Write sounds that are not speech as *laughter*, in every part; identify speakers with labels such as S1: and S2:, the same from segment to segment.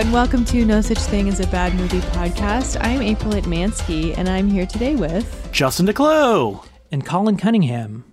S1: and welcome to No Such Thing as a Bad Movie podcast. I'm April Mansky, and I'm here today with.
S2: Justin DeClue.
S3: and Colin Cunningham.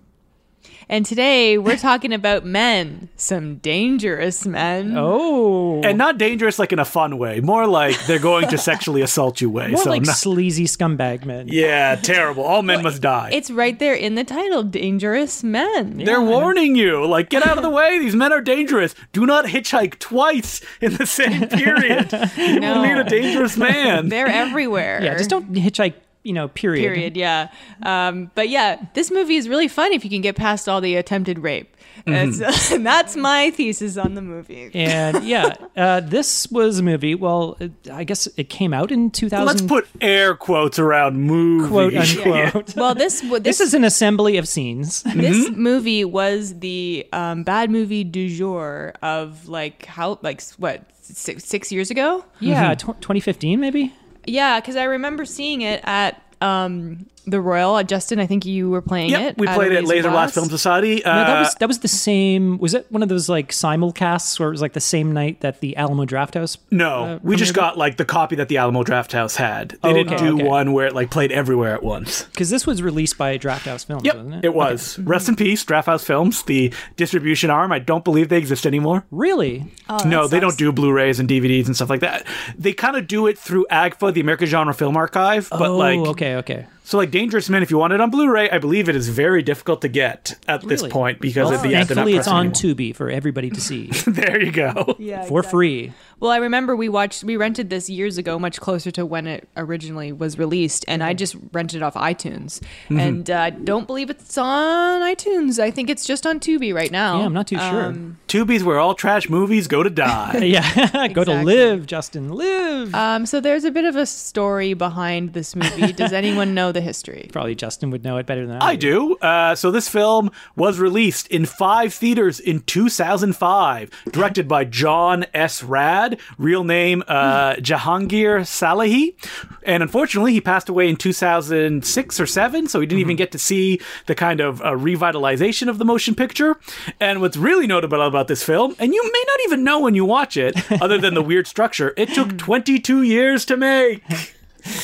S1: And today we're talking about men, some dangerous men.
S3: Oh,
S2: And not dangerous like in a fun way, more like they're going to sexually assault you way.
S3: more
S2: so
S3: like
S2: not-
S3: sleazy scumbag men.
S2: yeah, terrible. All men must die.
S1: It's right there in the title, Dangerous Men.
S2: they're warning you, like get out of the way. These men are dangerous. Do not hitchhike twice in the
S3: *laughs*
S2: same period. You will
S1: No.
S2: need a dangerous man.
S1: They're everywhere.
S3: Yeah, just don't hitchhike. You know, period.
S1: Period, yeah. Um, but yeah, this movie is really fun if you can get past all the attempted rape. That's, *laughs* that's my thesis on the movie.
S3: And
S2: *laughs*
S3: Mm-hmm. yeah, uh, this was a movie. Well, it, I guess it came out in 2000.
S2: Let's put air quotes around movie.
S3: quote unquote.
S1: Well, this w-
S3: *laughs* This is an assembly of scenes.
S1: this
S2: Mm-hmm.
S1: movie was the um, bad movie du jour of like how like s- what six, six years ago
S3: yeah, *laughs* tw 2015 maybe.
S1: yeah because i remember seeing it at um, the royal justin i think you were playing
S2: Yep,
S1: it
S2: we
S1: at
S2: played
S1: a
S2: it at Laser Blast
S1: Blast.
S2: Film Society. Uh,
S3: No, that was that was the same. Was it one of those like simulcasts where it was like the same night that the Alamo Drafthouse?
S2: no, we just
S3: premiered it?
S2: got like the copy that the Alamo Draft House had. They
S3: uh, Oh,
S2: didn't
S3: okay,
S2: do
S3: okay.
S2: one where it like played everywhere at once.
S3: Because this was released by Drafthouse Films,
S2: Yep,
S3: wasn't
S2: it,
S3: it?
S2: was. Rest in peace, Drafthouse Films, the distribution arm. I don't believe they exist anymore.
S3: Really?
S2: no, they
S1: sucks.
S2: don't do Blu-rays and DVDs and stuff like that. They kind of do it through AGFA, the American Genre Film Archive, but
S3: oh,
S2: like
S3: okay, okay.
S2: so like Dangerous Men. If you want it on Blu-ray, I believe it is very difficult to get at this
S3: Really?
S2: point because
S3: Well,
S2: of the yeah, they're not
S3: thankfully, it's
S2: pressing
S3: on
S2: anymore.
S3: Tubi for everybody
S2: *laughs*
S3: to see
S2: there you go.
S1: yeah
S3: for
S1: exactly.
S3: free.
S1: well i remember we watched we rented this years ago much closer to when it originally was released and i just rented it off itunes
S2: Mm-hmm.
S1: and uh, don't believe it's on itunes i think it's just on tubi right now
S3: Yeah, I'm not too sure.
S1: Um,
S2: Tubi's where all trash movies go to die.
S3: *laughs* Yeah, *laughs* go to
S1: Exactly.
S3: live, Justin, live.
S1: Um, so there's a bit of a story behind this movie.
S3: *laughs*
S1: Does anyone know the history?
S3: Probably Justin would know it better than I.
S2: I do. Uh, so this film was released in five theaters in 2005, directed by John S. Rad, real name uh, Jahangir Salahi, and unfortunately he passed away in 2006 or seven, so he didn't
S3: Mm-hmm.
S2: even get to see the kind of uh, revitalization of the motion picture. And what's really notable about this film, and you may not even know when you watch it, other than the weird structure, it took 22 years to make.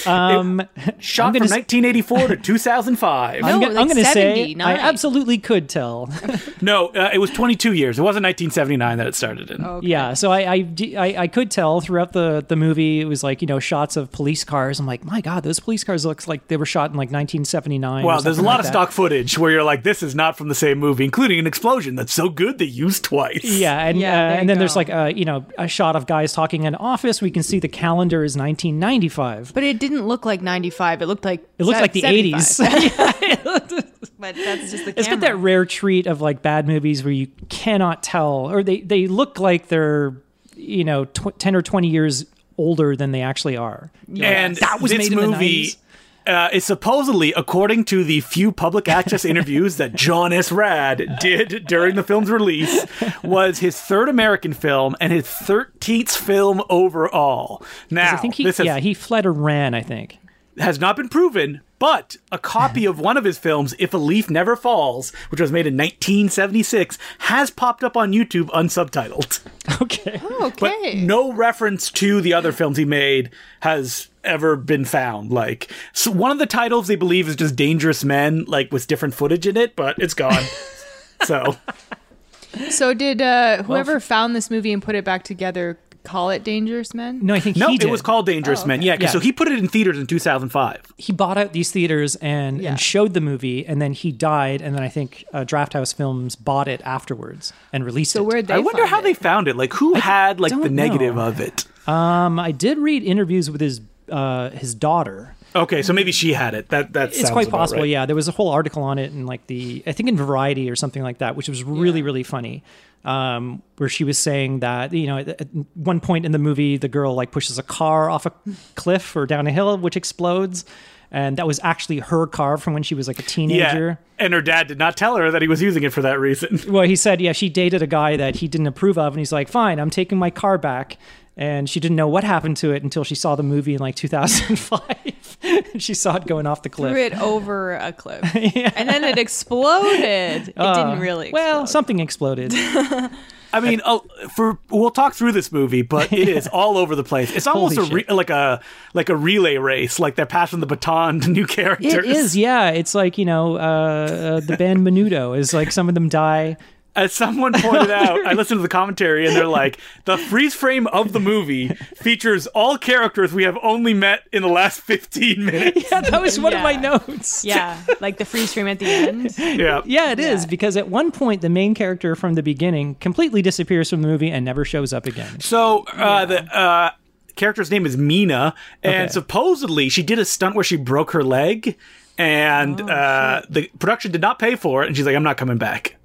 S3: Um,
S2: Shot
S3: *laughs* I'm
S2: from
S3: gonna s-
S2: 1984 to 2005.
S3: I'm,
S1: No,
S3: gonna,
S1: like
S3: I'm gonna say
S1: 79.
S3: I absolutely could tell. *laughs*
S2: No, uh, it was 22 years. It wasn't 1979 that it started in.
S1: Okay.
S3: yeah, so I, I, d- I- I could tell throughout the the movie. It was like you know shots of police cars. I'm like, my god, those police cars looks like they were shot in like 1979. or
S2: Wow, there's a
S3: something
S2: lot
S3: like
S2: of
S3: that.
S2: stock footage where you're like, this is not from the same movie, including an explosion that's so good they used twice.
S3: Yeah, and
S1: Yeah,
S3: uh,
S1: there you
S3: and then there's
S1: go.
S3: like a you know a shot of guys talking in an office. We can see the calendar is 1995.
S1: But it didn't look like 95. It looked like
S3: It looks
S1: se-
S3: like the
S1: 75.
S3: 80s.
S1: *laughs*
S3: *laughs*
S1: but that's just the camera.
S3: It's got that rare treat of like bad movies where you cannot tell, or they they look like they're you know tw- 10 or 20 years older than they actually are. You're like,
S2: *laughs* And
S3: that was
S2: this
S3: made in the
S2: movie.
S3: 90s."
S2: uh, is supposedly, according to the few public access interviews that John S. Rad did during the film's release, was his third American film and his 13th film overall. Now,
S3: I think he
S2: this is
S3: yeah he fled or ran. I think. *laughs*
S2: has not been proven, but a copy of one of his films, If a Leaf Never Falls, which was made in 1976, has popped up on YouTube unsubtitled.
S3: Okay.
S2: But
S1: Okay.
S2: no reference to the other films he made has ever been found. Like, so one of the titles they believe is just Dangerous Men, like with different footage in it, but it's
S3: *laughs*
S2: gone. so,
S1: So did uh, whoever found this movie and put it back together call it Dangerous Men?
S3: No, I think
S2: no,
S3: he
S2: it
S3: did. Oh,
S2: was called Dangerous Men. Yeah, 'cause-
S3: Yeah.
S2: so he put it in theaters in 2005.
S3: He bought out these theaters and
S1: Yeah.
S3: and showed the movie, and then he died, and then I think uh, Drafthouse Films bought it afterwards and released
S1: So
S3: it.
S1: where they?
S2: I wonder
S1: find
S2: how
S1: it?
S2: they found it. Like, who had like the
S3: don't know.
S2: negative of it?
S3: Um, I did read interviews with his uh his daughter.
S2: Okay, so maybe she had it. That that
S3: it's
S2: sounds
S3: quite
S2: about
S3: possible
S2: right.
S3: yeah there was a whole article on it in like the i think in variety or something like that which was really really funny um, where she was saying that you know at, at one point in the movie the girl like pushes a car off a cliff or down a hill which explodes and that was actually her car from when she was like a teenager
S2: Yeah, and her dad did not tell her that he was using it for that reason.
S3: well he said yeah she dated a guy that he didn't approve of and he's like fine i'm taking my car back and she didn't know what happened to it until she saw the movie in like *laughs* 2005 she saw it going off the cliff
S1: threw it over a
S3: *laughs*
S1: cliff, and then it exploded. It didn't really.
S3: Oh, Well,
S1: explode.
S3: something exploded.
S2: *laughs* I mean, uh, for we'll talk through this movie, but it *laughs* is all over the place. It's almost
S3: Holy
S2: a re- like a like a relay race. Like they're passing the baton to new characters.
S3: It is, yeah. It's like you know, uh, uh, *laughs* the band Menudo is like some of them die.
S2: *laughs* As someone pointed out, *laughs* I listened to the commentary and they're like, the freeze frame of the movie features all characters we have only met in the last 15 minutes.
S3: *laughs* Yeah, that was one of my
S1: Yeah.
S3: notes.
S1: Yeah, like the freeze frame at the end.
S2: *laughs* Yeah.
S3: *laughs* Yeah, it is
S1: Yeah.
S3: because at one point the main character from the beginning completely disappears from the movie and never shows up again.
S2: So uh, the uh, character's name is Mina, and
S3: Okay.
S2: supposedly she did a stunt where she broke her leg, and uh, the production did not pay for it, and she's like, I'm not coming back.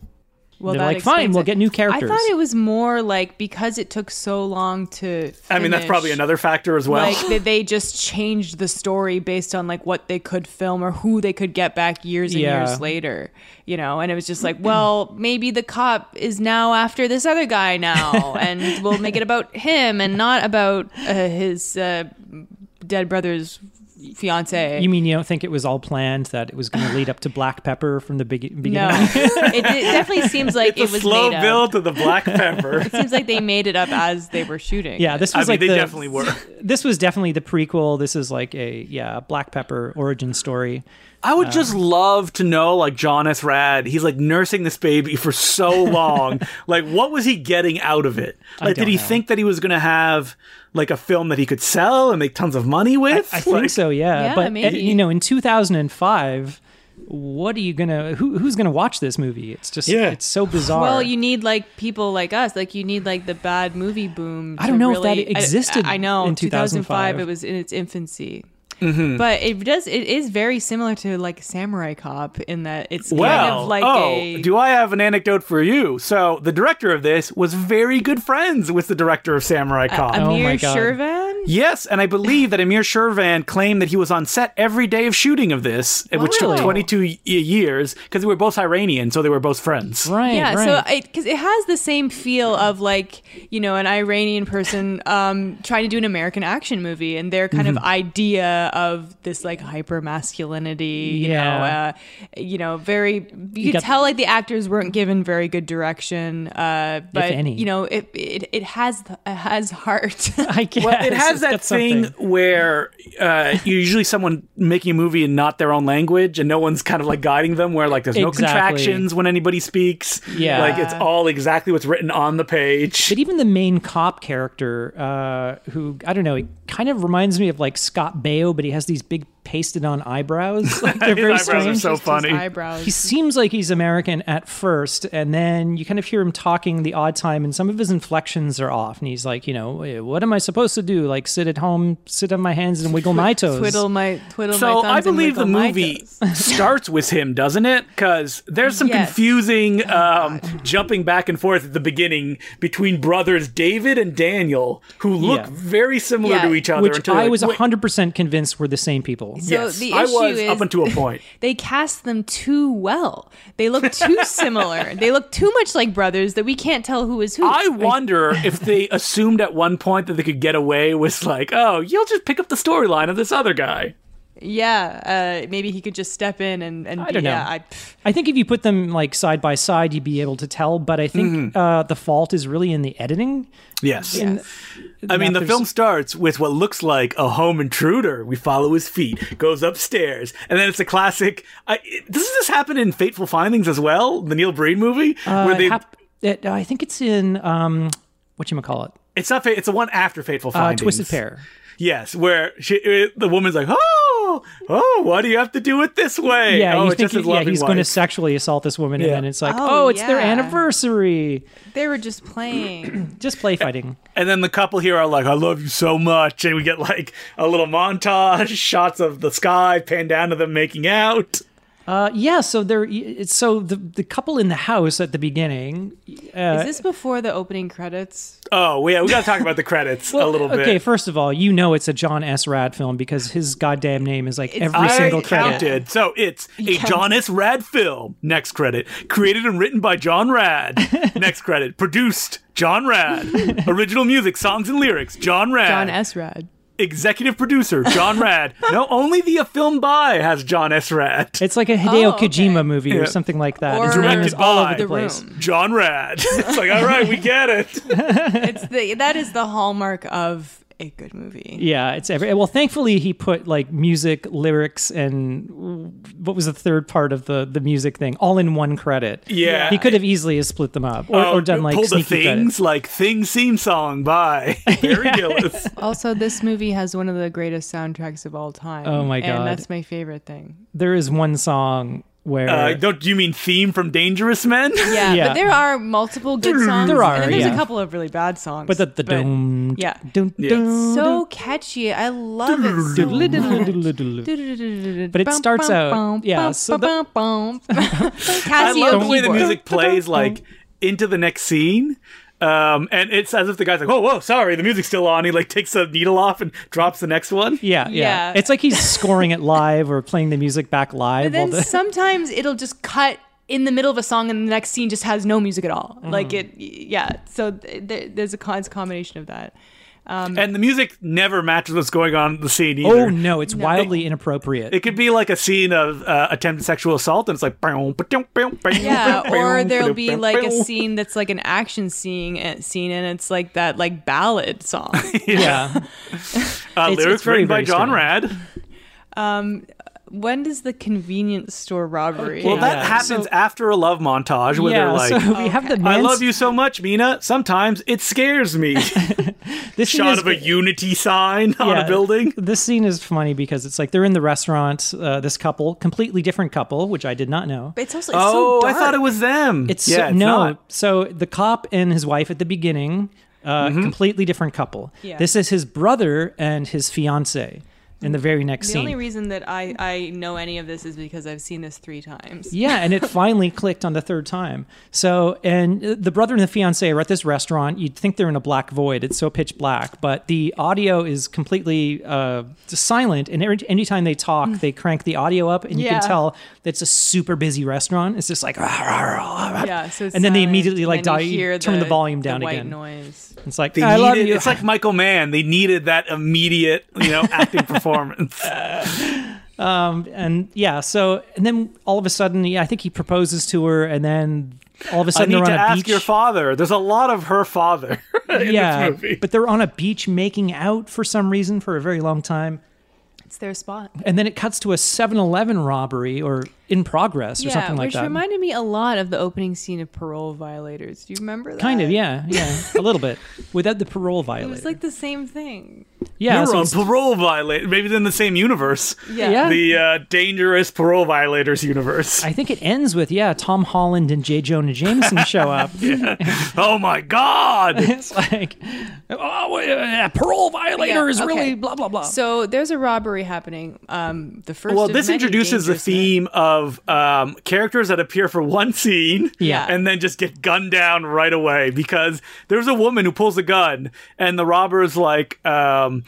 S1: Well,
S3: They're
S1: that
S3: like, "Fine,
S1: explains
S3: we'll
S1: it."
S3: get new characters.
S1: I thought it was more like because it took so long to.
S2: I mean, that's
S1: finish,
S2: probably another factor as *laughs* well.
S1: Like they, they just changed the story based on like what they could film or who they could get back years and
S3: Yeah.
S1: years later, you know. And it was just like, well, maybe the cop is now after this other guy
S2: *laughs*
S1: now, and we'll make it about him and not about uh, his uh, dead brother's fiance.
S3: You mean you don't think it was all planned that it was going to lead up to Black Pepper from the begi- beginning?
S1: no, it, it definitely seems like it
S2: *laughs* It's a
S1: was
S2: slow
S1: made Up.
S2: build to the *laughs* black pepper.
S1: Seems like they made it up as they were shooting.
S3: *laughs* Yeah, this
S2: I
S3: was
S2: mean,
S3: like
S2: they
S3: the-
S2: definitely were.
S3: This was definitely the prequel. This is like a yeah Black Pepper origin story.
S2: *laughs* I would just love to know, like John S. Rad, he's like nursing this baby for *laughs* so long. like, what was he getting out of it? Like,
S3: don't
S2: did he
S3: know.
S2: think that he was going to have like a film that he could sell and make tons of money with?
S3: I *laughs* think
S2: Like,
S3: so, yeah.
S1: Yeah,
S3: but uh,
S1: maybe.
S3: you know, in 2005, what are you gonna? Who, who's gonna watch this movie? It's just
S2: Yeah.
S3: it's so bizarre.
S1: Well, you need like people like us. Like you need like the bad movie boom.
S3: I
S1: to
S3: don't know if that
S1: really- I-
S3: existed
S1: I, know
S3: in 2005.
S1: It was in its infancy.
S2: Mm-hmm.
S1: But it does. It is very similar to like Samurai Cop in that it's
S2: Well,
S1: kind of like
S2: oh,
S1: a.
S2: do I have an anecdote for you? So the director of this was very good friends with the director of Samurai Cop.
S3: Oh
S1: Amir
S3: my God.
S1: Shervan.
S2: yes, and I believe that Amir Shervan claimed that he was on set every day of shooting of this,
S3: Oh,
S2: which took
S1: Really?
S2: 22 y- years because they were both Iranian, so they were both friends.
S3: right?
S1: yeah,
S3: right.
S1: so it because it has the same feel of like you know an Iranian person um, trying to do an American action movie, and their kind of
S3: Mm-hmm.
S1: idea of this like hyper masculinity, you
S3: Yeah.
S1: know, uh, you know, very you,
S3: got-
S1: could tell like the actors weren't given very good direction, uh, but
S3: any.
S1: you know, it it, it has th- it has *laughs* heart.
S3: *laughs* I guess
S2: Well, it has
S3: it's
S2: that
S3: got
S2: thing
S3: something.
S2: where uh, you're usually someone making a movie in not their own language, and no one's kind of like guiding them. Where like there's no
S3: Exactly.
S2: contractions when anybody speaks.
S3: Yeah.
S2: like it's all exactly what's written on the page.
S3: But even the main cop character, uh, who I don't know, it kind of reminds me of like Scott Baio, but he has these big pasted-on eyebrows. *laughs* Like,
S2: *laughs*
S3: they're
S2: His
S3: very
S2: eyebrows are
S3: strange.
S2: so
S1: Just his
S2: funny.
S1: eyebrows.
S3: he seems like he's American at first, and then you kind of hear him talking the odd time, and some of his inflections are off. And he's like, you know, "Eh, what am I supposed to do? Like sit at home, sit on my hands, and wiggle my toes.
S1: twiddle my twiddle my
S2: So
S1: thumbs
S2: I
S1: and
S2: believe the
S1: wiggle my
S2: movie
S1: toes. *laughs*
S2: starts with him, doesn't it? Because there's some
S1: Yes. Oh,
S2: confusing um, jumping back and forth at the beginning between brothers David and Daniel, who look
S3: Yeah.
S2: very similar
S1: Yeah.
S2: to each other.
S3: Which
S2: until
S3: I
S2: you're
S3: was
S2: like, "Wait,
S3: hundred percent convinced were the same people.
S1: So
S2: yes,
S1: the
S2: I
S1: issue
S2: was
S1: is
S2: up until a
S1: *laughs*
S2: point.
S1: they cast them too well. They look
S3: *laughs*
S1: too similar. They look too much like brothers that we can't tell who is who.
S2: I wonder if they assumed at one point that they could get away with like, oh, you'll just pick up the storyline of this other guy.
S1: yeah, uh, maybe he could just step in and and
S3: I don't
S1: be-
S3: know.
S1: yeah, I,
S3: I think if you put them like side by side, you'd be able to tell. But I think
S2: Mm-hmm.
S3: uh, the fault is really in the editing.
S2: Yes.
S3: And
S2: I mean, the
S3: that there's-
S2: film starts with what looks like a home intruder. We follow his feet, goes upstairs, and then it's a classic. I, doesn't this happen in Fateful Findings as well? The Neil Breen movie, where
S3: uh,
S2: they
S3: hap- it- I think it's in um, what you call it,
S2: it's not fa- it's the one after Fateful
S3: uh,
S2: Findings.
S3: Twisted Pair.
S2: Yes, where she, uh, the woman's like, oh, oh, why do you have to do it this way?
S3: Yeah,
S2: oh,
S3: you
S2: it's
S3: think
S2: just his
S3: he- yeah,
S2: loving
S3: he's going to
S2: wife.
S3: sexually assault this woman,
S2: Yeah.
S3: and then it's like, oh,
S1: Oh,
S3: it's their
S1: yeah.
S3: anniversary.
S1: they were just
S3: *clears throat*
S1: playing.
S3: Just play fighting.
S2: And then the couple here are like, I love you so much. And we get like a little montage, *laughs* shots of the sky, pan down to them making out.
S3: Uh, yeah, so they're it's so the the couple in the house at the beginning. Uh,
S1: is this before the opening credits?
S2: Oh, yeah, we got to talk about the credits a little bit.
S3: Okay, first of all, you know it's a John S. Rad film because his goddamn name is like
S1: It's-
S3: every
S2: I
S3: single credit.
S2: counted. So it's a
S1: count-
S2: John S. Rad film. Next credit. Created and written by John Rad.
S3: *laughs*
S2: Next credit. Produced John Rad. Original music, songs, and lyrics John Rad.
S1: John S. Rad.
S2: Executive producer John Rad. no, only the A Film By has John S. Rad.
S3: It's like a Hideo
S1: Oh, okay.
S3: Kojima movie
S2: Yeah.
S3: or something like that.
S1: Or
S3: His name is
S2: Directed
S3: all
S2: by
S3: over the
S1: The
S3: place.
S1: Room.
S2: John Rad. *laughs* It's like, all right, we get it.
S1: It's the that is the hallmark of a good movie.
S3: Yeah, it's every. Well, thankfully he put like music, lyrics, and what was the third part of the the music thing all in one credit.
S2: Yeah.
S3: he could have easily split them up or,
S2: Oh,
S3: or done like
S2: pull the
S3: sneaky
S2: things
S3: credits.
S2: like thing theme song
S3: *laughs*
S2: by Barry Gillis.
S1: Also, this movie has one of the greatest soundtracks of all time.
S3: Oh my God.
S1: And that's my favorite thing.
S3: There is one song where
S2: Uh, don't you mean theme from Dangerous Men?
S1: Yeah,
S3: Yeah.
S1: but there are multiple good songs.
S3: There
S1: and
S3: are,
S1: then there's
S3: yeah.
S1: a couple of really bad songs.
S3: but the the doom
S1: yeah.
S3: doom
S2: Yeah.
S3: doom
S1: so
S2: Mm-hmm.
S1: catchy. I love it. So
S3: doodle- doodle-
S1: much.
S3: doodle- doodle- doodle.
S1: But
S3: it starts out- yeah, so
S2: *laughs*
S3: the-
S2: I
S1: Casio
S2: love the way the
S1: keyboard.
S2: music
S3: *laughs*
S2: plays like into the next scene. Um, and it's as if the guy's like, "Whoa, whoa, sorry, the music's still on." He like takes the needle off and drops the next one.
S3: Yeah, yeah,
S1: Yeah.
S3: It's like he's scoring it live or playing the music back live.
S1: And then
S3: while the,
S1: sometimes it'll just cut in the middle of a song, and the next scene just has no music at all.
S2: Mm.
S1: Like it, yeah. So th- th- there's a con- it's a combination of
S2: *laughs*
S1: that.
S2: And the music never matches what's going on in the scene either.
S3: oh no, it's wildly inappropriate.
S2: *laughs* It could be like a scene of uh, attempted sexual assault, and it's like, yeah,
S1: Yeah, or there'll be like a scene that's like an action scene, and- scene, and it's like that like ballad
S2: *laughs*
S1: song.
S3: yeah,
S2: Uh,
S3: it's-
S2: lyrics
S3: it's very,
S2: written by
S3: very
S2: John
S3: strange.
S2: Rad.
S1: um, when does the convenience store robbery?
S2: Well, that
S3: Yeah.
S2: happens
S3: So-
S2: after a love montage where
S3: yeah.
S2: they're like,
S3: so *laughs* we have the
S2: "I
S3: man.
S2: love you so much, Mina. Sometimes it scares
S3: *laughs*
S2: me."
S3: This scene
S2: Shot
S3: is
S2: of a unity sign *laughs* on a
S3: Yeah.
S2: building.
S3: *laughs* This scene is funny because it's like they're in the restaurant. Uh, this couple, completely different couple, which I did not know.
S1: But it's also it's
S2: Oh,
S1: so
S2: I
S1: dark.
S2: thought it was them.
S3: It's
S2: yeah,
S3: so,
S2: it's
S3: no.
S2: not.
S3: So the cop and his wife at the beginning, uh,
S2: Mm-hmm.
S3: completely different couple.
S1: Yeah.
S3: This is his brother and his fiance in the very next
S1: The
S3: scene.
S1: only reason that I I know any of this is because I've seen this three times.
S3: yeah,
S2: *laughs*
S3: and it finally clicked on the third time. So, and uh, the brother and the fiance are at this restaurant. You'd think they're in a black void. It's so pitch black, but the audio is completely uh, silent. And every, anytime they talk,
S2: Mm.
S3: they crank the audio up, and you
S1: Yeah.
S3: can tell that it's a super busy restaurant. It's just like, rah, rah, rah, rah.
S1: Yeah, so it's
S3: and then they
S1: silent,
S3: immediately like
S1: and then
S3: die,
S1: you hear
S3: turn the, volume
S1: the
S3: down
S1: white
S3: again.
S1: Noise.
S3: It's like
S2: They
S3: I love
S2: needed-
S3: you.
S2: It's like Michael Mann. They needed that immediate, you *laughs* know, acting performance.
S3: um, and yeah, so and then all of a sudden, yeah, I think he proposes to her, and then all of a
S2: I
S3: sudden
S2: need to
S3: they're on a
S2: ask
S3: beach.
S2: your father. There's a lot of her *laughs* father in
S3: yeah,
S2: this movie.
S3: but they're on a beach making out for some reason for a very long time,
S1: It's their spot.
S3: and then it cuts to a 7-Eleven robbery or in progress or something like
S1: which
S3: that.
S1: reminded me a lot of the opening scene of Parole Violators. Do you remember that?
S3: kind of, yeah, yeah, a
S1: *laughs*
S3: little bit without the parole
S1: It
S3: violator.
S1: was like the same thing.
S3: yeah,
S2: You're
S3: so
S2: on
S3: it's-
S2: parole violator. Maybe they're in the same universe.
S3: *laughs* Yeah.
S2: The uh, dangerous parole violators universe.
S3: I think it ends with yeah, Tom Holland and J. Jonah Jameson
S1: *laughs*
S3: show up.
S2: *laughs* oh my god!
S3: It's like, oh, yeah, parole violator
S1: Yeah,
S3: is really
S1: okay.
S3: blah blah blah.
S1: So there's a robbery happening. Um, the first.
S2: well,
S1: of
S2: this
S1: many
S2: introduces the
S1: dangerous men.
S2: theme of um, characters that appear for one scene,
S3: Yeah.
S2: and then just get gunned down right away because there's a woman who pulls a gun, and the robber's like, um,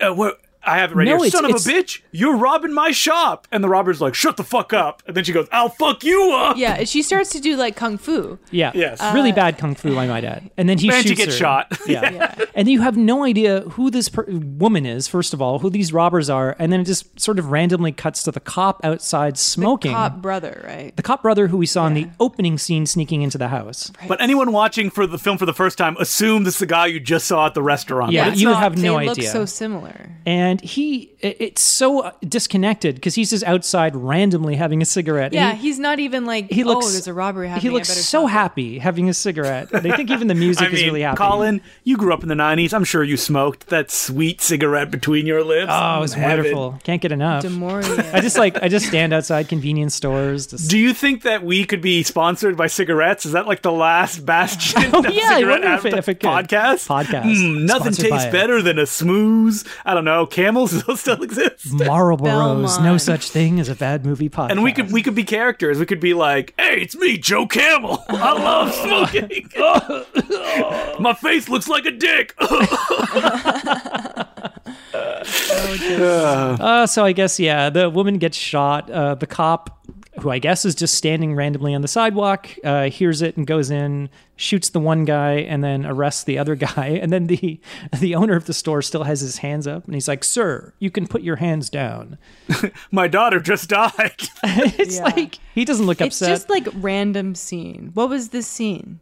S2: uh, what? I have it right
S3: No,
S2: here.
S3: it's-
S2: Son of a
S3: it's-
S2: bitch! You're robbing my shop, and the robber's like, "Shut the fuck up!" And then she goes, "I'll fuck you up."
S1: Yeah, and she starts to do like kung fu.
S3: Yeah.
S2: Yes.
S1: uh,
S3: really bad kung fu, I might add. And then he
S2: And she
S3: shoots
S2: gets
S3: her.
S2: shot.
S3: *laughs* Yeah. And you have no idea who this per- woman is, first of all, who these robbers are, and then it just sort of randomly cuts to the cop outside smoking.
S1: Cop brother, right?
S3: The cop brother who we saw in the opening scene sneaking into the house.
S2: *laughs* But anyone watching for the film for the first time assume this is the guy you just saw at the restaurant.
S3: Yeah,
S2: But it's
S3: you would
S2: not.
S3: have no
S1: they
S3: idea.
S1: look so similar.
S3: And he, i- it's so uh, disconnected because he's just outside randomly having a cigarette.
S1: Yeah,
S3: And he,
S1: he's not even like.
S3: he looks.
S1: oh, there's a robbery happening.
S3: He
S1: I
S3: looks
S1: better
S3: so
S1: stop it."
S3: happy having a cigarette. And I think even the
S2: *laughs*
S3: music
S2: I
S3: is
S2: mean,
S3: really happy.
S2: Colin, you grew up in the '90s. I'm sure you smoked that sweet cigarette between your lips.
S3: oh, it was
S2: Heaven.
S3: wonderful. Can't get enough.
S1: Demoria.
S3: *laughs* I just like I just stand outside convenience stores. Just
S1: *laughs*
S2: Do you think that we could be sponsored by cigarettes? Is that like the last bastion
S3: *laughs*
S2: of
S3: Oh, yeah, I
S2: cigarette
S3: wonder if it- if it could.
S2: podcast?
S3: Podcast.
S2: Mm, nothing
S3: Sponsored by
S2: tastes
S3: it.
S2: better than a smooth. I don't know. Camels *laughs* Does those still exist.
S3: Marlboro's no
S1: Belmont.
S3: such thing as a bad movie podcast.
S2: And we could we could be characters. We could be like, "Hey, it's me, Joe Camel. I
S3: *laughs*
S2: love smoking.
S3: Oh.
S2: My face looks like a
S3: *laughs*
S2: dick." *laughs*
S1: Oh, dear.
S3: Uh, so I guess yeah, the woman gets shot. Uh, the cop who I guess is just standing randomly on the sidewalk, uh, hears it and goes in, shoots the one guy, and then arrests the other *laughs* guy. And then the the owner of the store still has his hands up, and he's like, "Sir, you can put your hands down." *laughs*
S2: My daughter just died.
S3: it's
S1: Yeah.
S3: like he doesn't look
S1: It's
S3: upset.
S1: just like random scene. What was this scene?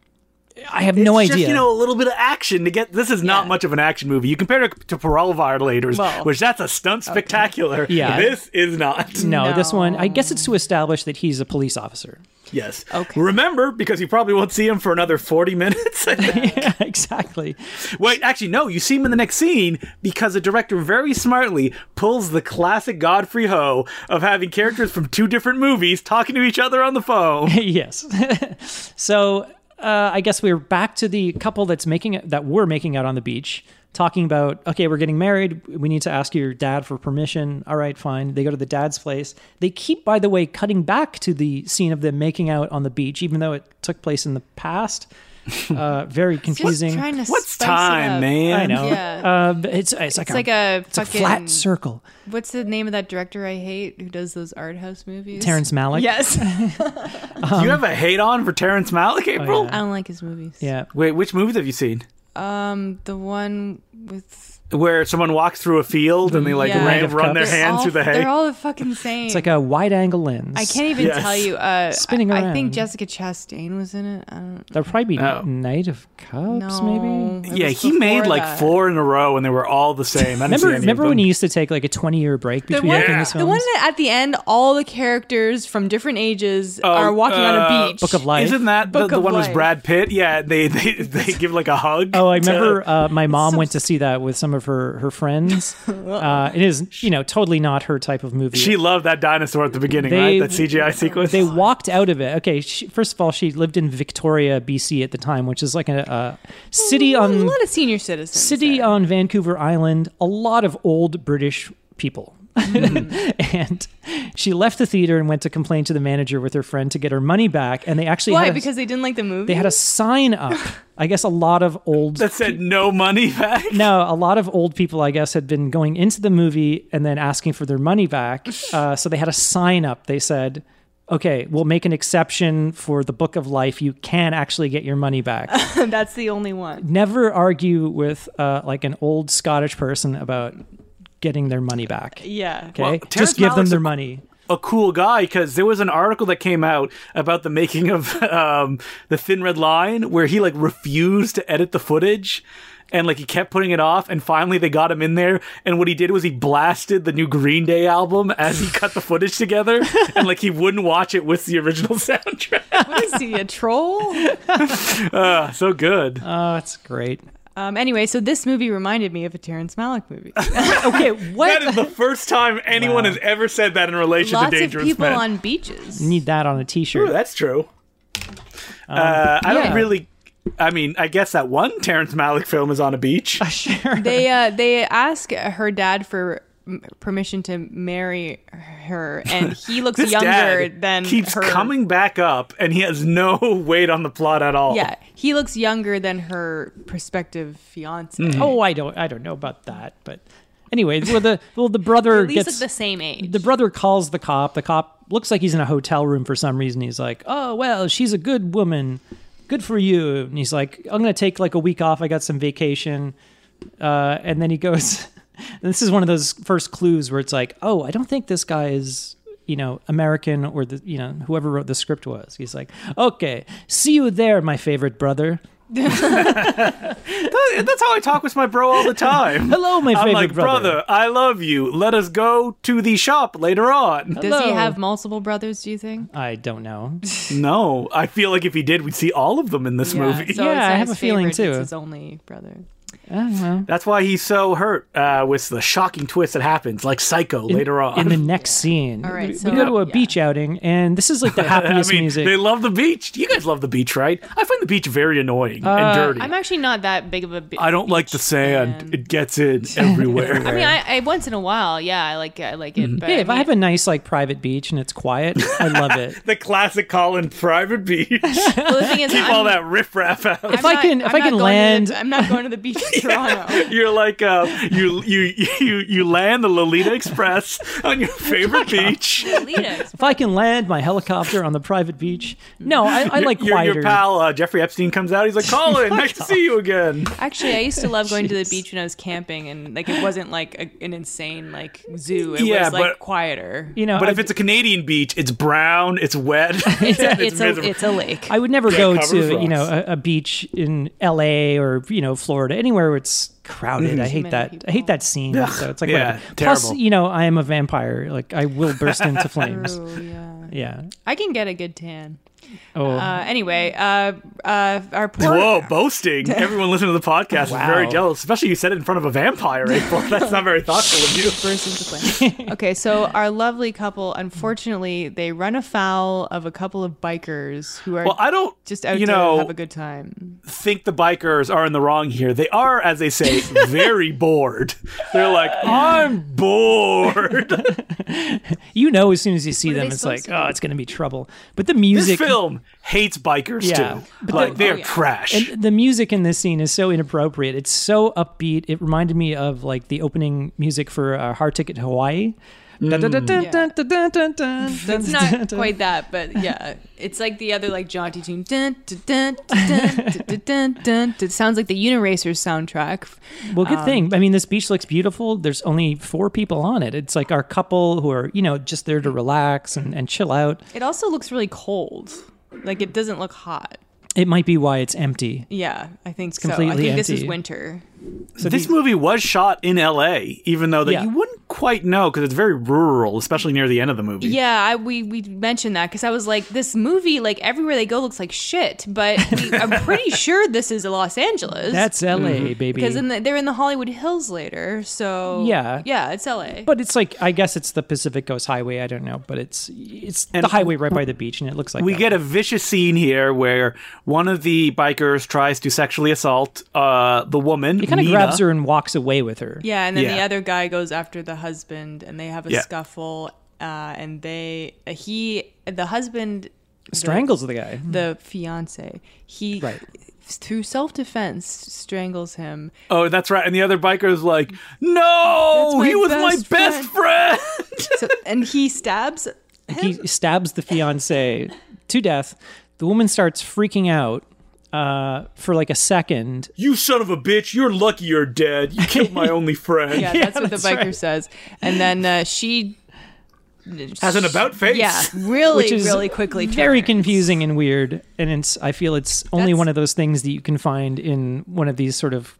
S3: I have *laughs* no
S2: It's
S3: idea.
S2: Just, you know, a little bit of action to get. This is not
S1: Yeah.
S2: much of an action movie. You compare it to Parole Violators,
S1: Well,
S2: which that's a stunt spectacular.
S3: Yeah.
S2: This is not. *laughs*
S3: no, this one, I
S1: No.
S3: guess it's to establish that he's a police officer. *laughs*
S2: Yes.
S1: Okay.
S2: Remember, because you probably won't see him for another 40
S3: *laughs*
S2: minutes. *laughs* I think.
S3: yeah, exactly.
S2: Wait, actually, no, you see him in the next scene because the director very smartly pulls the classic Godfrey Ho of having characters from two different movies talking to each other on the
S3: *laughs*
S2: phone.
S3: yes. *laughs* so uh, I guess we're back to the couple that's making that we're making out on the beach, talking about okay, we're getting married. We need to ask your dad for permission. All right, fine. They go to the dad's place. They keep, by the way, cutting back to the scene of them making out on the beach, even though it took place in the past. Uh, very confusing.
S1: Just trying to
S2: What's
S1: spice it
S2: time,
S1: up.
S2: man?
S3: I know.
S1: Yeah.
S3: Um, it's it's like
S1: It's
S3: a,
S1: like a
S3: it's a
S1: fucking
S3: flat circle.
S1: What's the name of that director I hate who does those art house movies?
S3: Terrence Malick.
S1: Yes, I
S2: Do you have a hate on for Terrence Malick, April?
S3: Um, oh, yeah.
S1: don't like his movies.
S3: Yeah.
S2: Wait, which movies have you seen?
S1: Um, the one with
S2: Where someone walks through a field and they like
S1: Yeah.
S2: ran-
S3: Land of
S2: run their
S3: Cups.
S1: they're
S2: hands
S1: all,
S2: through the hay.
S1: They're all the fucking same.
S3: It's like a wide angle lens.
S1: I can't even
S2: Yes.
S1: tell you. Uh,
S3: Spinning
S1: I, I
S3: around.
S1: think Jessica Chastain was in it. I don't
S3: That'd probably be
S2: Oh.
S3: Knight of Cups,
S1: know.
S3: maybe.
S1: It
S2: yeah,
S1: was
S2: he made
S1: before
S2: like
S1: that.
S2: four in a row and they were all the same. I didn't see
S3: Remember,
S2: any of
S3: remember when
S2: them.
S3: he used to take like a twenty-year break
S1: The
S3: between
S1: one,
S3: making his
S1: the one
S3: films?
S1: that at the end, all the characters from different ages are walking
S2: uh,
S1: on a beach.
S3: Book of Life.
S2: Isn't that the,
S1: Book
S2: the
S1: of
S2: one was
S1: Life.
S2: Brad Pitt? Yeah, they they, *laughs* they give like a hug.
S3: Oh, I
S2: to-
S3: remember
S1: *laughs*
S3: uh, my mom went to see that with some of her her friends. uh, it is you know totally not her type of movie.
S2: She loved that dinosaur at the beginning,
S3: They-
S2: right? That CGI sequence.
S3: they walked out of it. Okay, she, first of all, she lived in Victoria, BC at the time, which is like a, a city
S1: a
S3: on
S1: lot of senior citizens.
S3: city
S1: there.
S3: on Vancouver Island, a lot of old British people.
S1: Mm-hmm.
S3: *laughs* and she left the theater and went to complain to the manager with her friend to get her money back. And they actually
S1: Why?
S3: had a,
S1: because they didn't like the movie.
S3: they had a sign up. I guess a lot of old
S2: that said no money back.
S3: no, a lot of old people, I guess, had been going into the movie and then asking for their money back. Uh, so they had a sign up. They said, "Okay, we'll make an exception for the Book of Life. You can actually get your money back."
S1: *laughs* That's the only one.
S3: Never argue with uh, like an old Scottish person about getting their money back. Okay,
S1: Yeah.
S2: Well, Terrence
S3: just give them
S2: Malick's
S3: their
S2: a-
S3: money.
S2: A cool guy because there was an article that came out about the making of *laughs* um, the Thin Red Line where he like refused to edit the footage. And like he kept putting it off, and finally they got him in there. And what he did was he blasted the new Green Day album as he cut the footage together, and like he wouldn't watch it with the original *laughs* soundtrack.
S1: What is he, a
S3: *laughs*
S1: troll?
S2: Ah, so good.
S3: Oh, that's great.
S1: Um, anyway, so this movie reminded me of a Terrence Malick
S3: *laughs*
S1: movie.
S3: Okay,
S2: That
S3: what?
S2: is the first time anyone
S3: Wow.
S2: has ever said that in relation to
S1: Lots of
S2: Dangerous
S1: people
S2: Men.
S1: on beaches.
S3: Need that on a
S2: Ooh,
S3: T-shirt.
S2: that's true. uh, I
S1: yeah.
S2: don't really. I mean, I guess that one Terrence Malick film is on a beach.
S3: sure.
S1: They uh, they ask her dad for m- permission to marry her, and
S2: *laughs*
S1: he looks
S2: This
S1: younger
S2: dad
S1: than
S2: keeps
S1: her.
S2: coming back up, and he has no *laughs* weight on the plot at all.
S1: Yeah, he looks younger than her prospective fiance.
S3: Oh, I don't, I don't know about that, but anyway, well the well the brother
S1: At least
S3: gets
S1: at the same age.
S3: the brother calls the cop. The cop looks like he's in a hotel room for some reason. He's like, "Oh well, she's a good woman, good for you." And he's like, "I'm gonna take like a week off. I got some vacation." Uh, and then he goes. *laughs* and this is one of those first clues where it's like, "Oh, I don't think this guy is." You know, American or the you know whoever wrote the script was. He's like, okay, see you there, my favorite brother.
S2: That- that's how I talk with my bro all the time.
S3: Hello, my
S2: I'm
S3: favorite
S2: like, brother, I love you. Let us go to the shop later on.
S1: Does he
S3: Hello.
S1: have multiple brothers? Do you think?
S3: I don't know.
S2: *laughs* no, I feel like if he did, we'd see all of them in this movie.
S1: So
S3: *laughs* Yeah,
S1: it's not
S3: I have
S1: his
S3: a feeling,
S1: favorite, It's
S3: too.
S1: his only brother.
S3: I don't know.
S2: *laughs* That's why he's so hurt uh, with the shocking twist that happens, like Psycho later on.
S3: in
S2: *laughs*
S3: the next scene.
S1: All right,
S3: we,
S1: so-
S3: we go to a
S1: Yeah.
S3: beach outing, and this is like the
S2: *laughs* I
S3: happiest
S2: mean,
S3: music.
S2: they love the beach. You guys love the beach, right? I find the beach very annoying and dirty.
S1: I'm actually not that big of a. bi-
S2: I don't like the
S1: beach
S2: sand;
S1: fan.
S2: it gets in everywhere.
S1: I mean, I, I once in a while, yeah, I like I like it. But
S3: hey, Mm-hmm. if I
S1: mean-
S3: have a nice like private beach and it's quiet, I
S1: *laughs*
S3: love it.
S2: the classic Colin private beach. *laughs*
S1: well, the thing is,
S2: Keep
S3: *laughs*
S1: I'm,
S2: all that riffraff out.
S3: If I can- if I
S1: going
S3: can
S1: to the-
S3: land-
S1: I'm not going to the beach
S3: *laughs*
S1: Toronto.
S2: You're like uh, you you you you land the Lolita Express on your favorite beach.
S4: Lita.
S3: If I can land my helicopter on the private beach, no, I, I like
S2: your,
S3: quieter.
S2: your pal uh, Jeffrey Epstein comes out. He's like, Colin, nice to see you again.
S1: Actually, I used to love going to
S3: *laughs*
S1: the beach when I was camping, and like it wasn't like a, an insane like zoo. It
S2: Yeah,
S1: was like
S2: but-
S1: quieter.
S3: you know,
S2: But
S3: I,
S2: if it's a Canadian beach, it's brown, *laughs* it's wet,
S4: It's
S3: *laughs*
S4: a, it's, a,
S2: miserable.
S4: it's a lake.
S3: I would never go
S2: covered with
S3: to you know
S2: rocks.
S3: a, a beach in L.A. or you know Florida, anywhere where it's crowded. I hate
S1: many
S3: that. I
S1: people.
S3: hate that scene. So it's
S2: Mm-hmm.
S3: like
S2: Yeah,
S3: whatever. Plus,
S2: terrible.
S3: you know, I am a vampire. Like I will
S1: *laughs*
S3: burst into flames.
S1: Oh, yeah.
S3: Yeah.
S1: I can get a good tan.
S3: Oh.
S1: Uh, anyway, uh, uh, our poor.
S2: Whoa, boasting! Everyone listening to the podcast is very
S3: Wow.
S2: jealous, especially you said it in front of a vampire. April. That's not very thoughtful of you.
S1: burst into
S2: *laughs*
S1: flames. okay, so our lovely couple, unfortunately, they run afoul of a couple of bikers who are
S2: Well, I don't
S1: just out
S2: you
S1: to
S2: know
S1: have a good time.
S2: think the bikers are in the wrong here. They are, as they say, very bored. They're like, I'm bored.
S3: you know, as soon as you see
S1: are
S3: them,
S1: they
S3: it's like,
S1: supposed to
S3: oh,
S1: do?
S3: it's going to be trouble. But the
S2: This
S3: music,
S2: film hates bikers
S3: Yeah.
S2: too.
S3: But
S2: like
S1: the-
S2: they are
S1: oh, yeah.
S2: trash.
S3: and the music in this scene is so inappropriate. It's so upbeat. It reminded me of like the opening music for uh, Hard Ticket to Hawaii.
S2: Mm. *laughs*
S1: It's not quite that, but yeah, it's like the other like jaunty tune. Dun, dun, dun, dun, dun, dun, dun. It sounds like the Uniracers soundtrack.
S3: Well,
S1: um,
S3: good thing. I mean, this beach looks beautiful. There's only four people on it. It's like our couple who are, you know, just there to relax and, and chill out.
S1: It also looks really cold. Like it doesn't look hot.
S3: It might be why it's empty.
S1: Yeah, I think it's so. I
S3: completely
S1: think this is
S3: empty.
S1: winter.
S2: so this movie was shot in L.A., even though that
S3: Yeah.
S2: you wouldn't quite know because it's very rural, especially near the end of the movie.
S1: Yeah, I, we we mentioned that because I was like, this movie, like everywhere they go, looks like shit. But
S3: *laughs*
S1: we, I'm pretty sure this is Los Angeles.
S3: That's LA,
S2: Mm-hmm.
S3: baby.
S1: because in the, they're in the Hollywood Hills later. So
S3: Yeah.
S1: yeah, it's L.A.
S3: but it's like I guess it's the Pacific Coast Highway. I don't know, but it's it's
S2: And
S3: the highway right by the beach, and it looks like
S2: We
S3: that.
S2: get a vicious scene here where one of the bikers tries to sexually assault uh, the woman.
S3: He kind of
S2: Nina.
S3: grabs her and walks away with her.
S1: yeah, and then the
S2: Yeah.
S1: other guy goes after the husband, and they have a
S2: Yeah.
S1: scuffle. Uh, and they he the husband
S3: strangles the guy.
S1: the fiance he
S3: Right.
S1: through self defense strangles him.
S2: Oh, that's right. And the other biker is like, "No,
S1: That's my
S2: he was my
S1: best
S2: best friend.
S1: So, and he stabs.
S3: He stabs the fiance to death. The woman starts freaking out uh, for like a second.
S2: You son of a bitch, you're lucky you're dead. You killed my only friend.
S1: *laughs* Yeah,
S3: Yeah,
S1: that's what
S3: that's
S1: the biker
S3: right.
S1: says. And then uh, she
S2: Has an about face. *laughs*
S1: Yeah, really,
S3: Which is
S1: really quickly.
S3: Very
S1: turns.
S3: confusing and weird, and it's. I feel it's only
S1: That's-
S3: one of those things that you can find in one of these sort of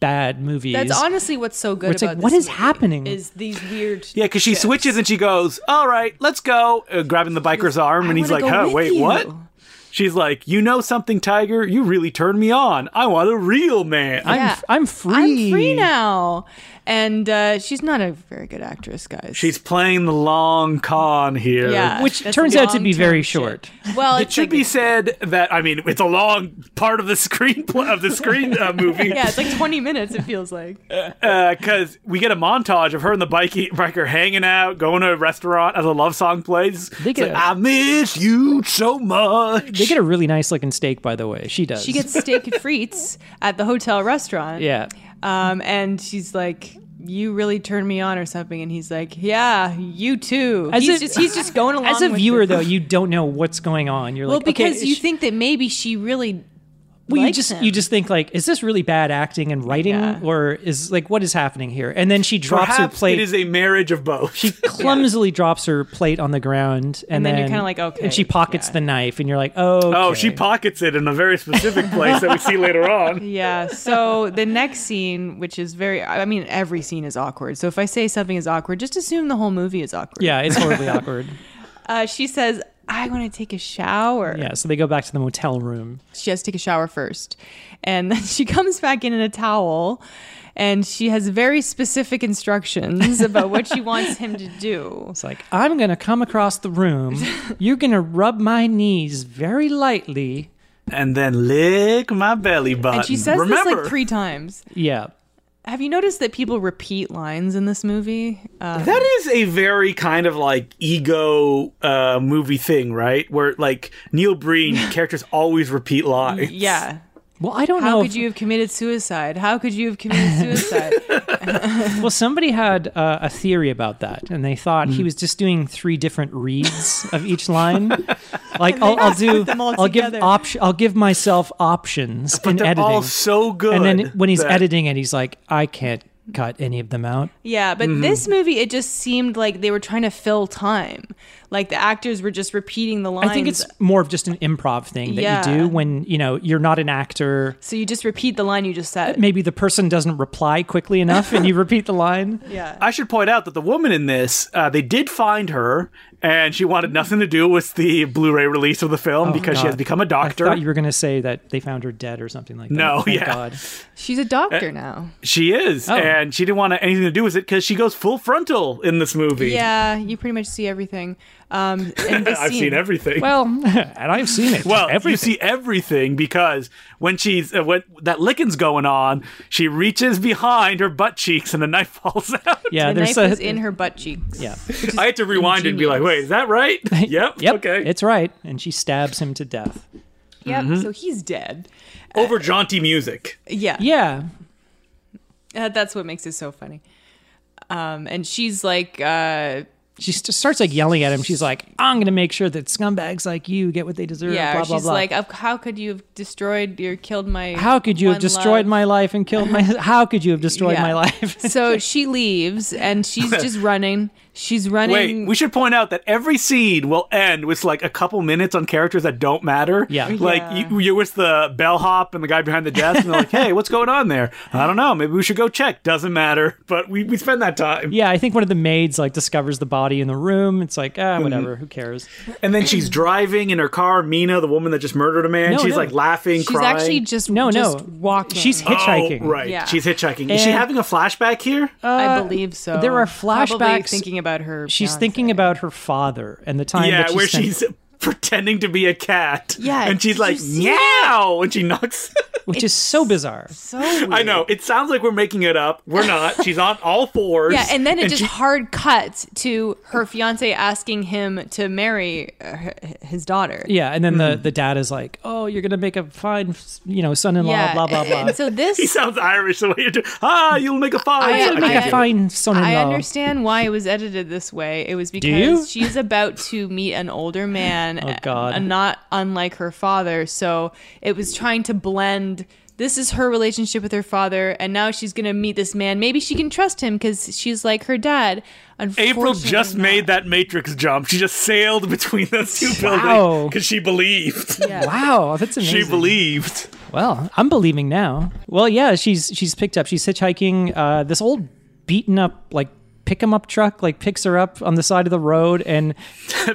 S3: bad movies.
S1: That's honestly what's so good
S3: Where it's
S1: about
S3: like, what
S1: this
S3: is
S1: movie
S3: happening?
S1: Is these weird?
S2: Yeah, because she switches and she goes, "All right, let's go," uh, grabbing the biker's arm, and
S1: I
S2: he's
S1: wanna
S2: like,
S1: go
S2: "Huh,
S1: with
S2: wait,
S1: you."
S2: what?" She's like, "You know something, Tiger? You really turned me on. I want a real man."
S3: I'm,
S1: Yeah.
S3: I'm free.
S1: I'm free now, and uh, she's not a very good actress, guys.
S2: She's playing the long con here.
S1: yeah,
S3: Which
S1: that's
S3: turns out to be
S1: long-term
S3: very
S1: shit.
S3: short.
S1: Well,
S2: It
S1: it's
S2: should
S1: like-
S2: be said that I mean it's a long part of the screen *laughs* of the screen uh,
S1: *laughs*
S2: movie.
S1: Yeah, it's like 20 minutes. It feels like.
S2: *laughs* because Uh, we get a montage of her and the bikie, biker hanging out, going to a restaurant as a love song plays.
S3: They
S2: It's
S3: get
S2: like,
S3: a-
S2: I miss you so much.
S3: They get a really nice looking steak, by the way. She does.
S1: She gets steak and frites at the hotel restaurant.
S3: yeah.
S1: Um, and she's like, "You really turned me on," or something. And he's like, "Yeah, you too."
S3: As
S1: he's
S3: a-
S1: just he's just going along
S3: *laughs* As a
S1: with
S3: viewer,
S1: it. *laughs*
S3: though, you don't know what's going on. You're
S1: Well,
S3: like, okay,
S1: because you
S3: sh-
S1: think that maybe she really.
S3: well, you
S1: likes
S3: just
S1: him.
S3: you just think like, is this really bad acting and writing,
S1: Yeah.
S3: or is like what is happening here? And then she drops her
S2: Perhaps
S3: plate.
S2: it is a marriage of both. *laughs*
S3: she clumsily drops her plate on the ground, and,
S1: And then you're kinda like, okay,
S3: and she pockets
S1: yeah.
S3: the knife, and you're like, oh,
S2: oh, she pockets it in a very specific place that we see later
S3: *laughs*
S2: on.
S1: Yeah. So *laughs* the next scene, which is very, I mean, every scene is awkward. So if I say something is awkward, just assume the whole movie is awkward.
S3: yeah, it's
S2: *laughs*
S3: horribly awkward.
S1: Uh, she says, I want to take a shower.
S3: Yeah, so they go back to the motel room.
S1: She has to take a shower first. And then *laughs* she comes back in in a towel and she has very specific *laughs* instructions about what she wants him to do.
S3: It's like, I'm going to come across
S1: *laughs*
S3: the room. You're going to rub my knees very lightly.
S2: And then lick my belly button.
S1: And she says
S2: Remember,
S1: this like three times.
S3: Yeah.
S1: Have you noticed that people repeat lines in this movie? Uh,
S2: That is a very kind of like ego uh,
S3: *laughs*
S2: movie thing, right? Where like Neil Breen characters always repeat lines.
S1: yeah.
S3: Well, I don't
S1: How
S3: know.
S1: could
S3: if-
S1: you have committed suicide? How could you have committed suicide?
S3: Well, somebody had uh, a theory about that, and they thought
S1: Hmm.
S3: he was just doing three different reads
S1: *laughs*
S3: of each line. Like I'll, I'll do,
S4: them all
S3: I'll give
S4: together.
S3: option, I'll give myself options in
S2: But they're
S3: editing,
S2: all so good.
S3: and then when he's
S2: that-
S3: editing it, he's like, I can't cut any of them out.
S1: Yeah, but this movie, it just seemed like they were trying to fill time. Like the actors were just repeating the lines.
S3: I think it's more of just an improv thing that
S1: Yeah.
S3: you do when you know you're not an actor.
S1: so you just repeat the line you just said.
S3: Maybe the person doesn't reply quickly
S1: *laughs*
S3: enough, and you repeat the line.
S1: Yeah.
S2: I should point out that the woman in this, uh, they did find her, and she wanted nothing to do with the Blu-ray release of the film because she
S3: Oh, God.
S2: has become a
S3: I
S2: doctor.
S3: thought you were going to say that they found her dead or something like that.
S2: No,
S3: Thank
S2: yeah.
S3: God.
S1: She's a doctor now.
S2: She is,
S3: Oh.
S2: and she didn't want anything to do with it because she goes full frontal in this movie.
S1: Yeah, you pretty much see everything. Um, in this
S2: *laughs* I've
S1: scene.
S2: seen everything.
S3: Well, *laughs* and I've seen
S2: *laughs*
S3: it.
S2: Well,
S3: everything.
S2: you see everything because when she's uh, when that licking's going on, she reaches behind her butt cheeks and the knife *laughs* falls out.
S3: Yeah,
S1: The
S3: there's
S1: knife
S3: a,
S1: was in her butt cheeks.
S2: *laughs*
S3: yeah.
S2: I had to rewind and be like, "Wait, is that
S3: *laughs*
S2: right?" yep.
S3: Yep.
S2: Okay.
S3: It's right, and she stabs him to death.
S1: Yep.
S3: Mm-hmm.
S1: So he's dead.
S2: Over jaunty music.
S1: Yeah.
S3: Yeah.
S1: Uh, that's what makes it so funny. Um, and she's like, uh,
S3: She st- starts like yelling at him. She's like, "I'm going to make sure that scumbags like you get what they deserve."
S1: yeah,
S3: blah
S1: or
S3: blah
S1: she's
S3: blah.
S1: like, "Uh, how could you have destroyed or killed my?
S3: "How could you have
S1: one
S3: destroyed
S1: love?"
S3: my life and killed my? *laughs* How could you have destroyed
S1: Yeah.
S3: my life?" *laughs*
S1: so she leaves and she's just running. She's running.
S2: Wait, we should point out that every scene will end with like a couple minutes on characters that don't matter.
S3: Yeah.
S2: Like
S1: Yeah.
S2: You, you're with the bellhop and the guy behind the desk, and they're like, "Hey, what's going on there?" I don't know. Maybe we should go check. Doesn't matter. But we we spend that time.
S3: yeah, I think one of the maids like discovers the body in the room. It's like,
S2: Mm-hmm.
S3: ah, whatever. Who cares?
S2: And then she's driving in her car. Mina, the woman that just murdered a man,
S3: No,
S2: she's
S3: no.
S2: like laughing,
S1: she's
S2: crying.
S1: actually just
S3: No, no.
S1: just walking.
S3: She's
S2: Oh,
S3: hitchhiking.
S2: right.
S1: Yeah.
S2: She's hitchhiking. Is she
S3: And- Oh,
S2: having a flashback here?
S1: I believe so.
S3: there are
S1: Probably
S3: flashbacks-
S1: thinking about her.
S3: She's
S1: fiancé.
S2: *laughs*
S3: thinking about her father and the time.
S2: yeah,
S3: that she
S2: where
S3: spent-
S2: she's *laughs* pretending to be a cat.
S1: Yeah,
S2: And she's
S1: did you
S2: like,
S1: see
S2: meow! And she knocks.
S3: *laughs* which is so bizarre.
S1: So weird.
S2: I know. It sounds like we're making it up. We're not. She's on all fours.
S1: Yeah, and then it just
S2: she-
S1: hard cuts to her fiance asking him to marry uh, her- his daughter.
S3: Yeah, and then
S2: Mm-hmm.
S3: the the dad is like, "Oh, you're gonna make a fine, you know, son-in-law." Blah blah blah.
S1: And *laughs* so
S2: he
S1: this,
S2: *laughs* sounds Irish the way you do. Ah, you'll make a fine.
S1: I-
S3: You'll make
S1: I-
S3: a fine son-in-law.
S1: I understand why it was edited this way. It was
S3: you?
S1: because she's about to meet an older man,
S3: *laughs* Oh, God.
S1: and not unlike her father. So it was trying to blend. This is her relationship with her father, and now she's gonna meet this man. Maybe she can trust him because she's like her dad.
S2: April
S1: Unfortunately
S2: just
S1: not.
S2: made that Matrix jump. She just sailed between those two buildings
S3: Wow.
S2: because she believed. *laughs*
S1: Yeah.
S3: Wow, that's amazing.
S2: She believed. *laughs*
S3: Well, I'm believing now. Well, yeah, she's she's picked up. She's hitchhiking. Uh, this old beaten up like pick 'em up truck like picks her up on the side of the road and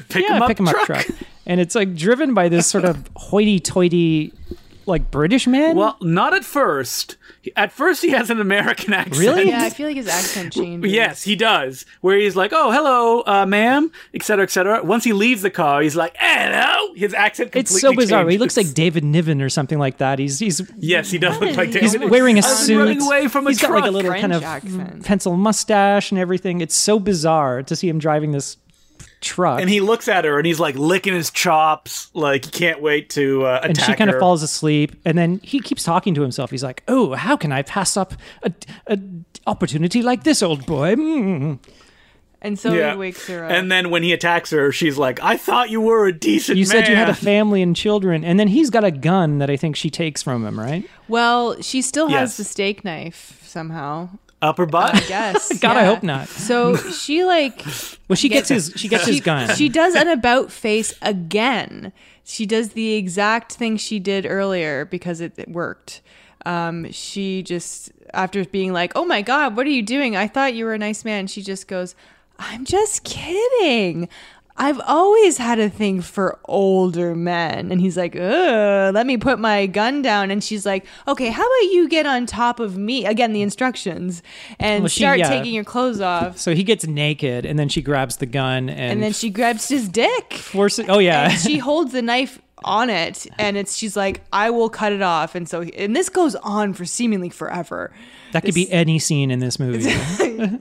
S2: Pick
S3: yeah,
S2: him up,
S3: pick 'em up truck. And it's like driven by this sort of hoity-toity like British man.
S2: Well, not at first. At first, he has an American *laughs* accent.
S3: Really?
S1: Yeah, I feel like his
S2: *laughs*
S1: accent changed.
S2: Yes, he does. Where he's like, "Oh, hello, uh, ma'am," etc., etc. Once he leaves the car, he's like, "Hello." His accent completely
S3: it's so bizarre. He
S2: changes.
S3: looks like David Niven or something like that. He's he's
S2: yes, he does look like
S3: He's
S2: David.
S3: wearing a
S2: I was
S3: suit.
S2: running away from a
S3: He's got like a
S2: truck.
S3: little
S1: French
S3: kind of
S1: accent.
S3: pencil mustache and everything. It's so bizarre to see him driving this truck.
S2: and he looks at her and he's like licking his chops, like he can't wait to uh, attack
S3: And she kind
S2: her.
S3: of falls asleep, and then he keeps talking to himself. He's like, "Oh, how can I pass up a, a opportunity like this, old boy?" Mm.
S1: and so
S2: Yeah.
S1: Oh, he wakes her up.
S2: And then when he attacks her, she's like, "I thought you were a decent."
S3: You said you had a
S2: man."
S3: family and children, and then he's got a gun that I think she takes from him, right?
S1: Well, she still
S2: Yes.
S1: has the steak knife somehow.
S2: upper butt.
S1: I
S3: *laughs*
S1: guess.
S3: God, I
S1: yeah.
S3: hope not.
S1: So she like
S3: Well, she gets his she gets his
S1: she,
S3: gun.
S1: she does an about face again. She does the exact thing she did earlier because it, it worked. Um, she just after being like, "Oh my god, what are you doing? I thought you were a nice man." She just goes, "I'm just kidding." I've always had a thing for older men. And he's like, Ugh, let me put my gun down. And she's like, okay, how about you get on top of me? Again, the instructions and
S3: Well, she-
S1: start
S3: yeah.
S1: taking your clothes off.
S3: so he gets naked, and then she grabs the gun and,
S1: And then she grabs his dick.
S3: forces. Oh yeah, *laughs*
S1: and she holds the knife on it and it's she's like i will cut it off and so and this goes on for seemingly forever
S3: that could be any scene in this movie.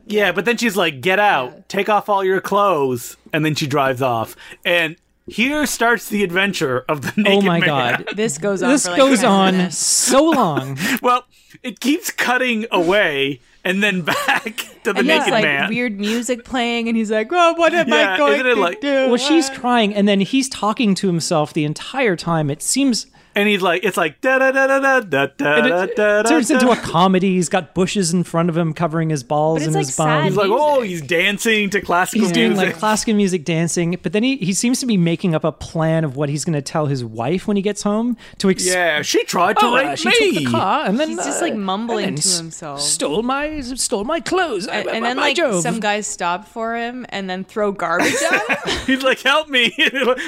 S2: Yeah, but then she's like, "Get out, take off all your clothes," and then she drives off. And Here starts the adventure of the naked
S3: oh my
S2: man.
S3: god.
S1: This goes on.
S3: This
S1: for like
S3: goes
S1: 10
S3: on
S1: minutes. *laughs*
S3: so long.
S2: *laughs* Well, it keeps cutting away and then back *laughs* to the
S1: And
S2: naked
S1: there's like
S2: man.
S1: weird music playing, and he's like, "Oh, what am
S2: Yeah,
S1: I going
S2: isn't it
S1: to
S2: like-
S1: do?"
S3: Well, she's crying, and then he's talking to himself the entire time. It seems
S2: And he's like, it's like da da da da da da
S3: it,
S2: da
S3: it
S2: da da.
S3: turns
S2: da.
S3: into a comedy. He's got bushes in front of him covering his balls
S1: But
S3: and
S1: it's,
S3: his
S1: like, sad.
S3: bum.
S2: He's like, oh,
S1: music.
S2: he's dancing to classical
S3: He's doing
S2: music.
S3: like classical music dancing, but then he, he seems to be making up a plan of what he's going to tell his wife when he gets home to explain.
S2: yeah, she tried to rape
S3: she
S2: me.
S3: took the car, and then
S1: Oh, He's just,
S3: uh,
S1: like, mumbling
S3: and then
S1: to
S3: s-
S1: himself.
S3: Stole my stole my clothes,
S1: and, and then like some guys stop for him and then throw garbage at him.
S2: He's like, help me, *laughs*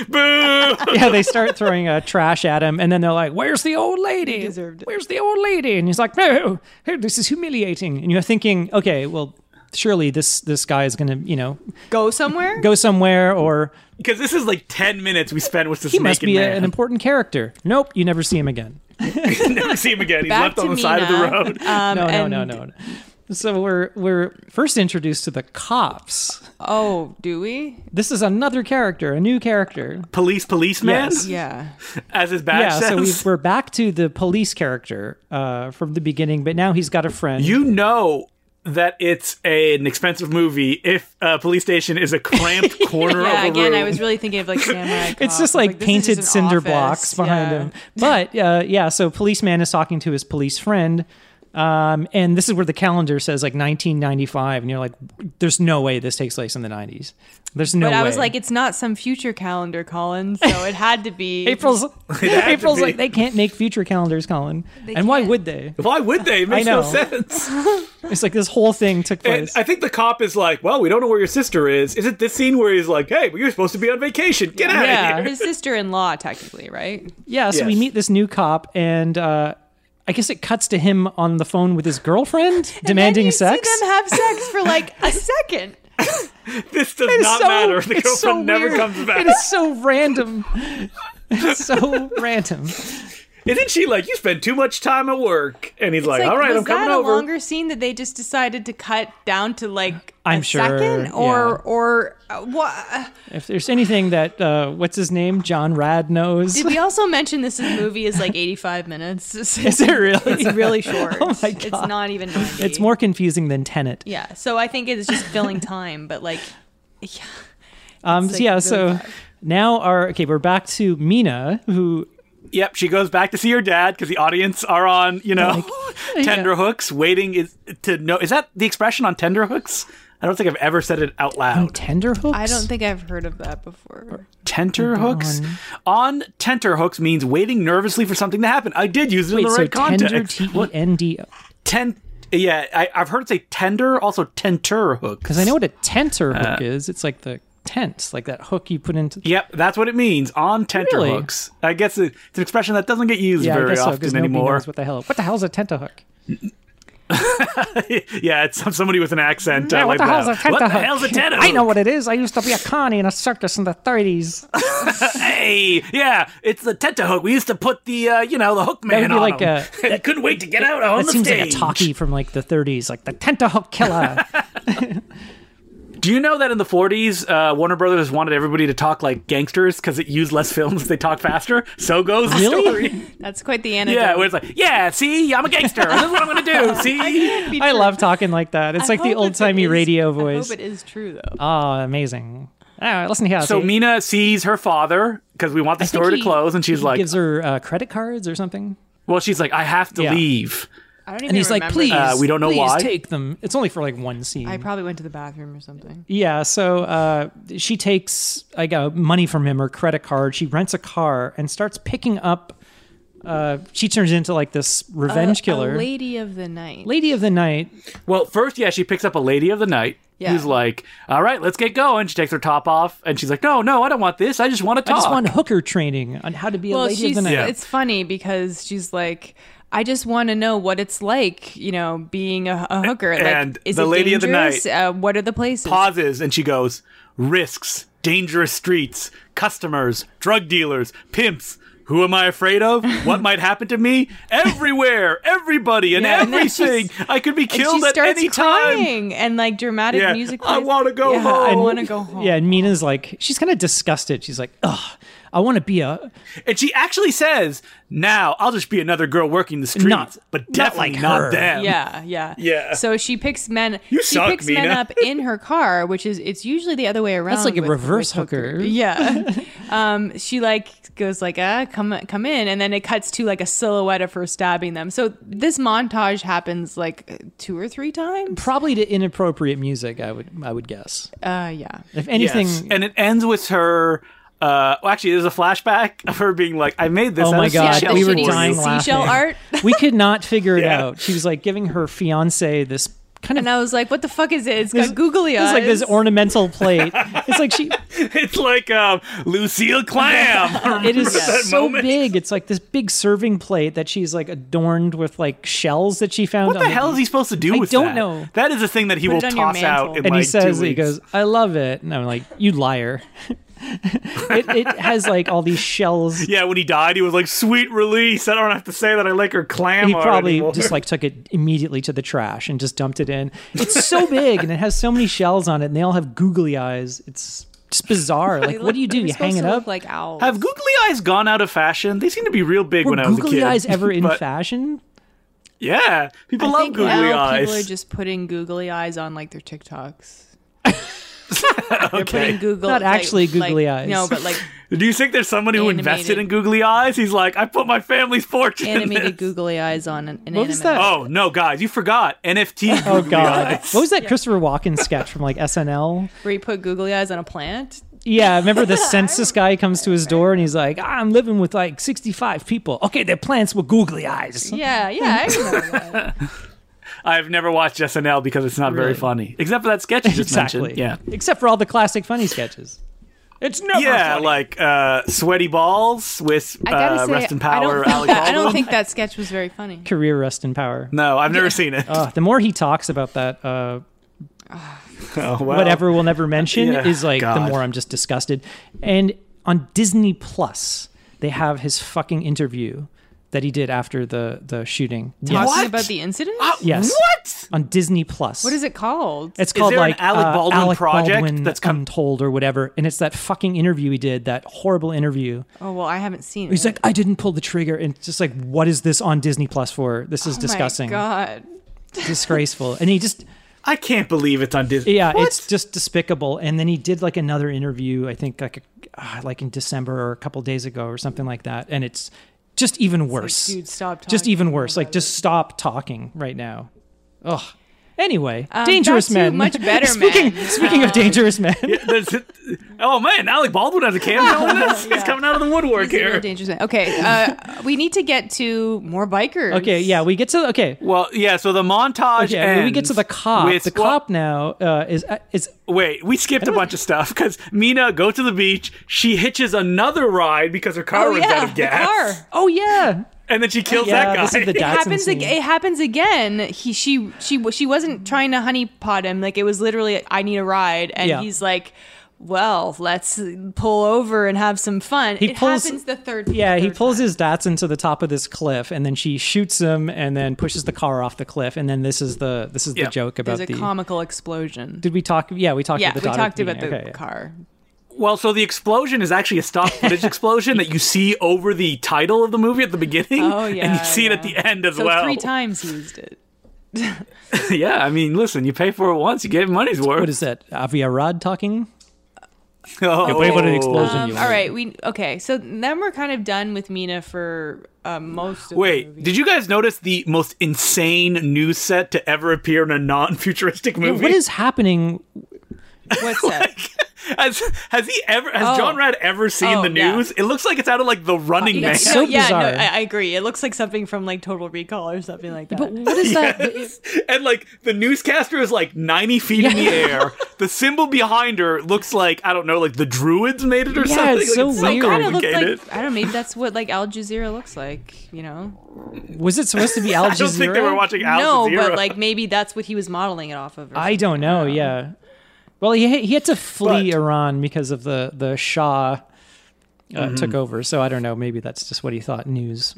S2: boo.
S3: *laughs* yeah, they start throwing uh, trash at him, and then they're like, "Where's the old lady?
S1: deserved it.
S3: Where's the old lady?" And he's like, "No, hey, this is humiliating." And you're thinking, "Okay, well, surely this this guy is gonna, you know,
S1: Go somewhere.
S3: go somewhere, or
S2: Because this is like ten minutes we spend with this
S3: he
S2: naked
S3: must be a-
S2: man.
S3: an
S2: *laughs*
S3: important character." Nope, you never see him again.
S2: Never see him again. He's
S1: Back
S2: left
S1: to
S2: on the side of the
S1: Mina,
S2: road.
S1: *laughs* Um,
S3: no, no,
S1: and,
S3: no, no, no. So we're we're first introduced to the cops.
S1: Oh, do we?
S3: This is another character, a new character.
S2: Police, policeman,
S3: Yes.
S1: Yeah.
S2: as his badge
S3: Yeah,
S2: says.
S3: so we, we're back to the police character uh, from the beginning, but now he's got a friend.
S2: you know that it's a, an expensive movie if a police station is a
S3: *laughs*
S2: cramped corner
S1: Yeah.
S2: of a
S1: Again,
S2: room.
S1: I was really thinking of Oh, like samurai. Cop.
S3: It's just
S1: I'm
S3: like,
S1: this is
S3: painted
S1: just an
S3: cinder
S1: office.
S3: blocks behind
S1: Yeah.
S3: him. But uh, yeah, so policeman is talking to his police friend. Um, and this is where the calendar says like 1995, and you're like, "There's no way this takes place in the 90s. There's no
S1: But
S3: way."
S1: I was like, it's not some future calendar, Colin. So
S2: *laughs*
S1: it had to be
S3: April's
S2: to
S3: April's
S2: be.
S3: like, they can't make future calendars, Colin. and why
S1: can't.
S3: would they?
S2: Why would they? It makes no
S3: know.
S2: sense.
S3: It's like this whole thing took
S2: And
S3: place.
S2: I think the cop is like, "Well, we don't know where your sister is." Is it this scene where he's like, "Hey, but you're supposed to be on vacation. Get
S1: *laughs*
S2: out
S1: Yeah,
S2: of here." *laughs*
S1: his sister-in-law, technically, right?
S3: yeah, so we
S2: Yes.
S3: meet this new cop, and uh, I guess it cuts to him on the phone with his girlfriend *laughs* demanding
S1: and then you
S3: sex.
S1: See them have sex for like
S3: *laughs*
S1: a second.
S2: This does
S3: It is
S2: not
S3: so-
S2: matter. The
S3: it's
S2: girlfriend
S3: so
S2: never
S3: weird.
S2: comes back.
S3: It is so random. It's so random.
S2: *laughs* Isn't she like, "You spend too much time at work," and he's like,
S1: It's
S2: "All right,
S1: was
S2: I'm coming
S1: that
S2: over."
S1: a longer scene that they just decided to cut down to like
S3: I'm
S1: a
S3: sure,
S1: second
S3: yeah.
S1: or or uh, what?
S3: If there's anything that uh, what's his name John Rad knows, *laughs*
S1: Did we also mention this is- movie is like 85 minutes? *laughs*
S3: is it really?
S1: It's really short.
S3: *laughs* Oh my
S1: It's
S3: God.
S1: not even. 90.
S3: It's more confusing than Tenet.
S1: Yeah, so I think it's just filling time, but
S3: *laughs*
S1: like, yeah,
S3: Um,
S1: It's,
S3: so yeah,
S1: like,
S3: so
S1: really bad.
S3: now our okay, we're back to Mina, who
S2: Yep, she goes back to see her dad because the audience are on, you know, tender
S3: *laughs* yeah.
S2: hooks, waiting is, to know. Is that the expression on tender hooks? I don't think I've ever said it out
S3: Oh,
S2: loud.
S3: tenderhooks.
S1: I don't think I've heard of that before.
S2: Tenter hooks? On tenter hooks means waiting nervously for something to happen. I did use it
S3: Wait,
S2: in the
S3: so
S2: right
S3: tender
S2: context.
S3: T E N D O.
S2: Ten, yeah, I, I've heard it say tender, also tenter hooks.
S3: Because I know what a tenter
S2: Uh,
S3: hook is. It's like the tent, like that hook you put into.
S2: Yep, that's what it means on tenter
S3: Really?
S2: hooks. I guess it, it's an expression that doesn't get used
S3: I
S2: very
S3: guess so, 'cause
S2: often
S3: nobody
S2: anymore.
S3: knows what the hell? What the hell's a tenter hook?
S2: *laughs* yeah, it's some- somebody with an accent. uh,
S3: Yeah,
S2: like
S3: what the hell's a
S2: that.
S3: tenter
S2: What the
S3: hook?
S2: hell's a tenter
S3: *laughs* I know
S2: hook?
S3: what it is. I used to be a connie in a circus in the 30s.
S2: *laughs* Hey, yeah, it's the tenta hook. We used to put the uh, you know the hook man
S3: would be
S2: on
S3: like
S2: him.
S3: a-
S2: *laughs* He couldn't wait to get out on
S3: That
S2: the
S3: seems
S2: stage.
S3: like a talkie from like the 30s, like the
S2: *laughs*
S3: tentahook killer. *laughs*
S2: Do you know that in the 40s, uh, Warner Brothers wanted everybody to talk like gangsters because it used less films, they talk faster? So goes the story.
S3: Really?
S1: That's quite the anecdote.
S2: Yeah, where it's like, yeah, see, I'm a gangster. this is what I'm going
S3: *laughs*
S2: to do. See?
S3: I love talking like that. It's like the old timey radio voice.
S1: I hope it is true though.
S3: Oh, amazing. All right, listen here.
S2: So
S3: see?
S2: Mina sees her father because we want the
S3: I think
S2: story to
S3: he-
S2: close, and she's
S3: he
S2: like,
S3: gives her uh, credit cards or something.
S2: well, she's like, I have to
S3: Yeah.
S2: leave.
S1: I don't even
S3: And he's like,
S1: remember
S3: please.
S1: that.
S2: Uh, we don't know
S3: please
S2: why.
S3: take them. It's only for like one scene.
S1: I probably went to the bathroom or something.
S3: Yeah, so uh, she takes like uh, money from him or credit card. She rents a car and starts picking up. Uh, she turns into like this revenge killer,
S1: Uh, lady of the night.
S3: lady of the night.
S2: Well, first, yeah, she picks up a lady of the night.
S1: Yeah.
S2: Who's like, all right, let's get going. She takes her top off, and she's like, no, no, I don't want this. I just want to
S3: I
S2: talk.
S3: just want hooker training on how to be a
S1: well,
S3: lady of
S1: she's
S3: the night.
S2: Yeah.
S1: it's funny because she's like, I just want to know what it's like, you know, being a, a hooker.
S2: And
S1: like, is
S2: the
S1: it
S2: lady of the
S1: dangerous?
S2: night-
S1: Uh, what are the places?
S2: pauses and she goes risks dangerous streets customers drug dealers pimps Who am I afraid of?
S3: *laughs*
S2: What might happen to me? Everywhere, everybody, and
S1: Yeah, and then she's-
S2: everything. I could be
S1: And
S2: killed
S1: she
S2: at
S1: starts
S2: any time.
S1: crying and like dramatic
S2: Yeah,
S1: music.
S2: I
S1: plays.
S2: wanna go
S1: yeah, I
S2: home.
S1: want to go home.
S3: Yeah, and Mina's like she's kind of disgusted. She's like, "Ugh, I want to be a
S2: And she actually says, "Now I'll just be another girl working the streets,
S3: Not-
S2: but
S3: not
S2: definitely
S3: like
S2: not,
S3: her."
S2: them."
S1: Yeah, yeah,
S2: Yeah.
S1: So she picks men.
S2: You
S1: she
S2: suck, picks men Mina.
S1: up in her car, which is it's usually the other way around.
S3: like a
S1: with-
S3: reverse
S1: with *laughs*
S3: hooker.
S1: Yeah. um, she like goes like ah come come in, and then it cuts to like a silhouette of her stabbing them. So this montage happens like two or three times.
S3: probably to inappropriate music." I would I would guess.
S1: Uh, yeah.
S3: If
S2: Yes.
S3: anything,
S2: And it ends with her. Uh, well, actually, there's a flashback of her being like, "I made this."
S3: Oh
S2: out
S3: my
S2: of
S3: God,
S2: seashells
S1: the
S3: we were
S2: for
S1: shitty
S2: you."
S3: dying
S1: seashell
S3: laughing.
S1: art.
S3: we could not figure it
S2: Yeah.
S3: out. She was like giving her fiance this kind of
S1: And I was like, what the fuck is it? It's got googly eyes.
S3: It's like this ornamental
S1: *laughs*
S3: plate. it's like she.
S2: *laughs* It's like um, Lucille Clam. *laughs*
S3: *laughs* It is
S2: Remember that
S3: so
S2: moment?
S3: big. It's like this big serving plate that she's like adorned with like shells that she found.
S2: What the
S3: on
S2: hell is he supposed to do
S3: I
S2: with
S3: don't
S2: that?
S3: know.
S2: That is a thing that he will
S1: it on your
S2: toss out.
S1: mantle.
S2: In
S3: And
S2: like
S3: he says,
S2: two weeks.
S3: he goes, "I love it," and I'm like, "You liar." *laughs* it, it has like all these shells.
S2: Yeah, when he died, he was like, "Sweet release! I don't have to say that I like her clam."
S3: he
S2: art
S3: probably
S2: anymore."
S3: just like took it immediately to the trash and just dumped it in. It's so big and it has so many shells on it, and they all have googly eyes. It's just bizarre. Like, what do you do?
S1: They're
S3: You
S1: supposed
S3: hang it
S1: to look
S3: up?
S1: Like owls.
S2: have googly eyes gone out of fashion? They seem to be real big
S3: Were
S2: when I was a
S3: googly
S2: kid.
S3: eyes
S2: *laughs*
S3: ever in
S2: But,
S3: fashion?
S2: Yeah, people
S1: I
S2: love
S1: think
S2: googly
S1: now
S2: eyes.
S1: people are just putting googly eyes on like their
S2: *laughs*
S1: TikToks. They're putting Google
S3: Not
S1: like-
S3: actually googly
S1: like-
S3: eyes.
S1: No, but
S3: *laughs*
S1: like
S2: Do you think there's somebody who invested
S1: Animated.
S2: in googly eyes? He's like, I put my family's fortune. in
S1: animated
S2: this."
S1: googly eyes on an, an
S3: What was
S1: anime.
S3: that?
S2: Oh no, guys, you forgot NFT.
S3: Oh
S2: googly
S3: *laughs* God!
S2: eyes.
S3: What was that Christopher Walken sketch from
S1: *laughs*
S3: like SNL?
S1: Where you put googly eyes on a plant?
S3: Yeah,
S1: *laughs*
S3: remember the census guy comes to his door and he's like, "I'm living with like 65 people. Okay, their plants with googly eyes."
S1: Yeah, yeah, I remember
S2: *laughs*
S1: that.
S2: I've never watched SNL because it's not very
S3: Really?
S2: funny, except for that sketch you just
S3: exactly.
S2: mentioned. Yeah.
S3: Except for all the classic funny sketches. It's never
S2: Yeah,
S3: funny.
S2: like uh, sweaty balls with
S1: I gotta
S2: uh,
S1: say,
S2: rest
S1: *laughs* I
S2: in power.
S1: don't, think
S2: Alec
S1: that, I don't
S2: Baldwin.
S1: think that sketch was very funny.
S3: career rest in power.
S2: No, I've never seen it.
S3: Uh, the more he talks about that, uh,
S2: Oh, well.
S3: whatever we'll never mention
S2: yeah,
S3: is like
S2: God.
S3: the more I'm just disgusted. And on Disney Plus, they have his fucking interview that he did after the the shooting.
S1: Talking
S3: Yes.
S2: What?
S1: about the incident?
S2: Uh,
S3: Yes.
S2: What?
S3: on Disney Plus.
S1: what is it called?
S3: It's
S2: Is
S3: called
S2: there an
S3: like
S2: Alec
S3: uh,
S2: Baldwin
S3: Alec
S2: project
S3: Baldwin
S2: that's come-
S3: untold or whatever, and it's that fucking interview he did, that horrible interview.
S1: oh well, I haven't seen
S3: He's
S1: it. Oh
S3: like, I didn't pull the trigger, and it's just like, what is this on Disney Plus for? This is
S1: oh
S3: disgusting,
S1: My God, *laughs*
S3: disgraceful, and he just
S2: I can't believe it's on Disney.
S3: yeah,
S2: What?
S3: it's just despicable. And then he did like another interview, I think like uh, like in December or a couple days ago or something like that, and it's just even worse.
S1: dude, stop talking.
S3: just even worse. Like, just stop talking right now. Ugh. Anyway, dangerous
S1: back to
S3: men.
S1: Um,
S3: *laughs*
S1: Much Better
S3: speaking
S1: Men.
S3: speaking of dangerous men.
S2: There's- oh man, Alec Baldwin has a cameo in this. He's coming out of the woodwork
S1: It's a real
S2: here.
S1: dangerous man. Okay, uh, we need to get to more bikers.
S3: Okay, yeah, we get to okay.
S2: Well, yeah. So the montage.
S3: Okay, I mean, we get to the
S2: ends
S3: cop.
S2: with-
S3: the
S2: well,
S3: cop now uh, is uh, is
S2: Wait, we skipped a bunch of stuff because Mina goes to the beach. She hitches another ride because her car
S1: Oh
S2: runs
S1: yeah,
S2: out of
S1: the
S2: gas,
S1: car.
S3: oh yeah,
S2: and then she kills
S3: yeah.
S2: that guy.
S3: This is
S2: *laughs*
S3: the
S1: It
S3: Datsun
S1: happens.
S3: scene.
S1: Ag- it happens again. He, she, she, she wasn't trying to honeypot him. Like it was literally, I need a ride, and
S3: Yeah.
S1: he's like, "Well, let's pull over and have some fun."
S3: He
S1: it
S3: pulls-
S1: happens the third.
S3: Yeah, he
S1: third
S3: pulls
S1: time.
S3: his Datsun to the top of this cliff, and then she shoots him, and then pushes the car off the cliff, and then this is the this is
S2: Yeah.
S3: the joke about
S1: There's a
S3: the.
S1: comical explosion.
S3: did we talk? Yeah, we talked.
S1: yeah,
S3: about
S1: we
S3: the daughter
S1: talked about
S3: being-
S1: the
S3: okay, yeah.
S1: car.
S2: Well, so the explosion is actually a
S1: *laughs*
S2: stock footage explosion that you see over the title of the movie at the beginning,
S1: Oh yeah,
S2: and you see it at the
S1: yeah.
S2: end as
S1: so
S2: well. *laughs*
S1: Three times he used it.
S2: yeah, I mean, listen, you pay for it once, you get money's worth.
S3: What is that? Avia Rod talking?
S2: *laughs* Oh.
S3: You pay for the explosion.
S1: Um,
S3: you
S1: all right, we okay. So then we're kind of done with Mina for uh, most. of the
S2: Wait,
S1: movie.
S2: did you guys notice the most insane news set to ever appear in a non-futuristic movie? *laughs*
S3: What is happening?
S1: what's that?
S2: has, has he ever?
S1: Oh.
S2: Has John Rad ever seen
S1: Oh,
S2: the
S1: yeah. Uh,
S2: news? It looks like it's out of like The Running Man.
S3: It's so
S1: yeah,
S3: bizarre.
S1: No, I, I agree. It looks like something from like Total Recall or something like that.
S3: But what
S2: *laughs*
S3: is that?
S2: and like the newscaster is like 90 feet in the air the symbol behind her looks like i don't know like the druids made it or
S3: Yeah,
S2: something
S3: it's
S2: Like,
S3: so
S1: *laughs*
S3: weird.
S1: kind of looked
S2: complicated
S1: like I don't know. Maybe that's what like Al Jazeera looks like. You know?
S3: Was it supposed to be Al Jazeera?
S2: *laughs* i don't think they were watching *laughs* Al
S1: no,
S2: Jazeera.
S1: but like maybe that's what he was modeling it off of. Or
S3: I
S1: something.
S3: don't know. Yeah. Well, he he had to flee
S2: But-
S3: Iran because of the the Shah uh, took over. So I don't know. Maybe that's just what he thought news.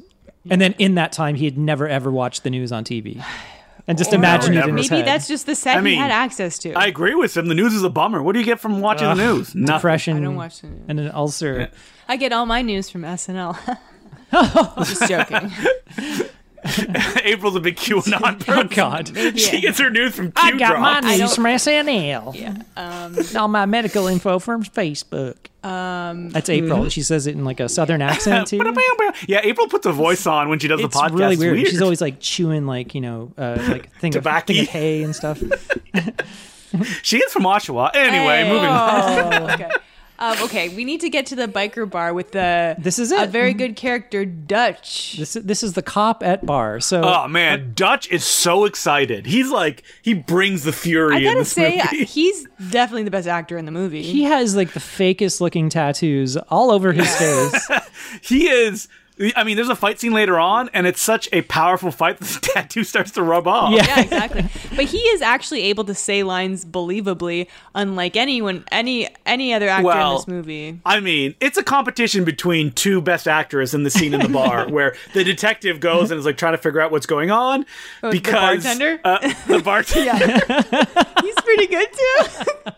S3: And then in that time, he had never ever watched the news on TV, and just
S1: Or
S3: imagined it in his
S1: Maybe
S3: head.
S1: that's just the set
S2: I mean,
S1: he had access to.
S2: *laughs* I agree with him. The news is a bummer. What do you get from watching the news?
S3: *laughs*
S2: Nothing.
S3: depression.
S1: I don't watch the news.
S3: and an ulcer.
S1: I get all my news from *laughs* SNL. *laughs* just joking.
S2: April's a big QAnon
S3: Oh
S2: person.
S3: *laughs* God!
S2: *laughs* She gets her news from Q
S3: I got my
S1: I don't-
S3: news from SNL.
S1: Yeah. Um,
S3: and all my medical info from Facebook.
S1: um,
S3: That's April. She says it in like a southern accent too.
S2: Yeah, April puts a voice on when she does
S3: It's
S2: the podcast.
S3: really
S2: It's
S3: weird. She's always like chewing like you know
S2: *laughs*
S3: uh, like thing of,
S2: Tobacco.
S3: thing of hay and stuff.
S2: she is from Oshawa. Anyway,
S1: hey.
S2: moving on. *laughs*
S1: Oh, okay. Um, okay, we need to get to the biker bar with the
S3: This is
S1: a
S3: it. Mm-hmm.
S1: very good character Dutch.
S3: This this is the cop at bar. So
S2: Oh man, Dutch is so excited. He's like he brings the fury
S1: I
S2: in
S1: gotta
S2: this
S1: say,
S2: movie.
S1: he's definitely the best actor in the movie.
S3: he has like the fakest looking tattoos all
S2: *laughs*
S3: over his face.
S2: he is I mean, there's a fight scene later on, and it's such a powerful fight *laughs* that the tattoo starts to rub off.
S3: Yeah.
S1: yeah, exactly. But he is actually able to say lines believably, unlike anyone, any any other actor
S2: Well,
S1: in this movie.
S2: I mean, it's a competition between two best actors in the scene in the
S3: *laughs*
S2: bar where the detective goes and is like trying to figure out what's going on
S1: Oh, the
S2: because
S1: bartender?
S2: uh, the
S1: *laughs*
S2: bartender.
S1: He's pretty good too.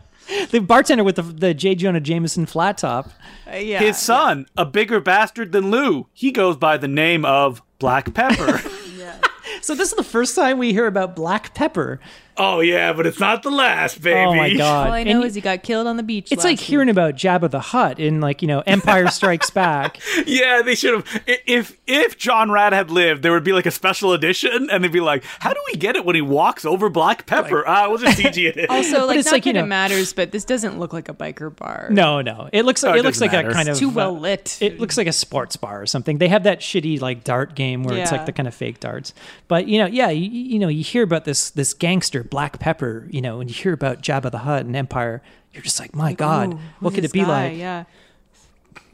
S3: the bartender with the the J Jonah Jameson flat top.
S1: *laughs* Uh, yeah,
S2: His son, a bigger bastard than Lou, he goes by the name of Black
S3: *laughs*
S2: Pepper. *laughs*
S3: So this is the first time we hear about black pepper.
S2: oh yeah, but it's not the last, baby.
S3: Oh my god!
S1: All I
S3: And
S1: know
S3: you-
S1: is he got killed on the beach.
S3: it's
S1: last
S3: like
S1: week. *laughs*
S3: hearing about Jabba the Hutt in like you know Empire Strikes Back.
S2: Yeah, they should have. i- If if John Rad had lived, there would be like a special edition, and they'd be like, "How do we get it when he walks over Black Pepper? Ah, we'll just CG
S3: *laughs*
S2: it." *laughs* in."
S1: Also, like
S3: it's
S1: not
S3: like, you
S1: that
S3: know-
S1: it matters, but this doesn't look like a biker bar.
S3: No, no. It looks like
S2: it
S3: Oh, it looks
S2: doesn't
S3: like
S2: matter.
S3: a kind
S1: it's
S3: of
S1: too
S3: uh,
S1: well lit.
S3: It looks like a sports bar or something. They have that shitty like dart game where it's
S1: Yeah.
S3: like the kind of fake darts. But you know, yeah, you, you know, you hear about this this gangster Black Pepper, you know, and you hear about Jabba the Hutt and Empire. You're just like, my God,
S1: Ooh,
S3: what
S1: who's
S3: could
S1: this
S3: it be
S1: guy?
S3: like?
S1: Yeah,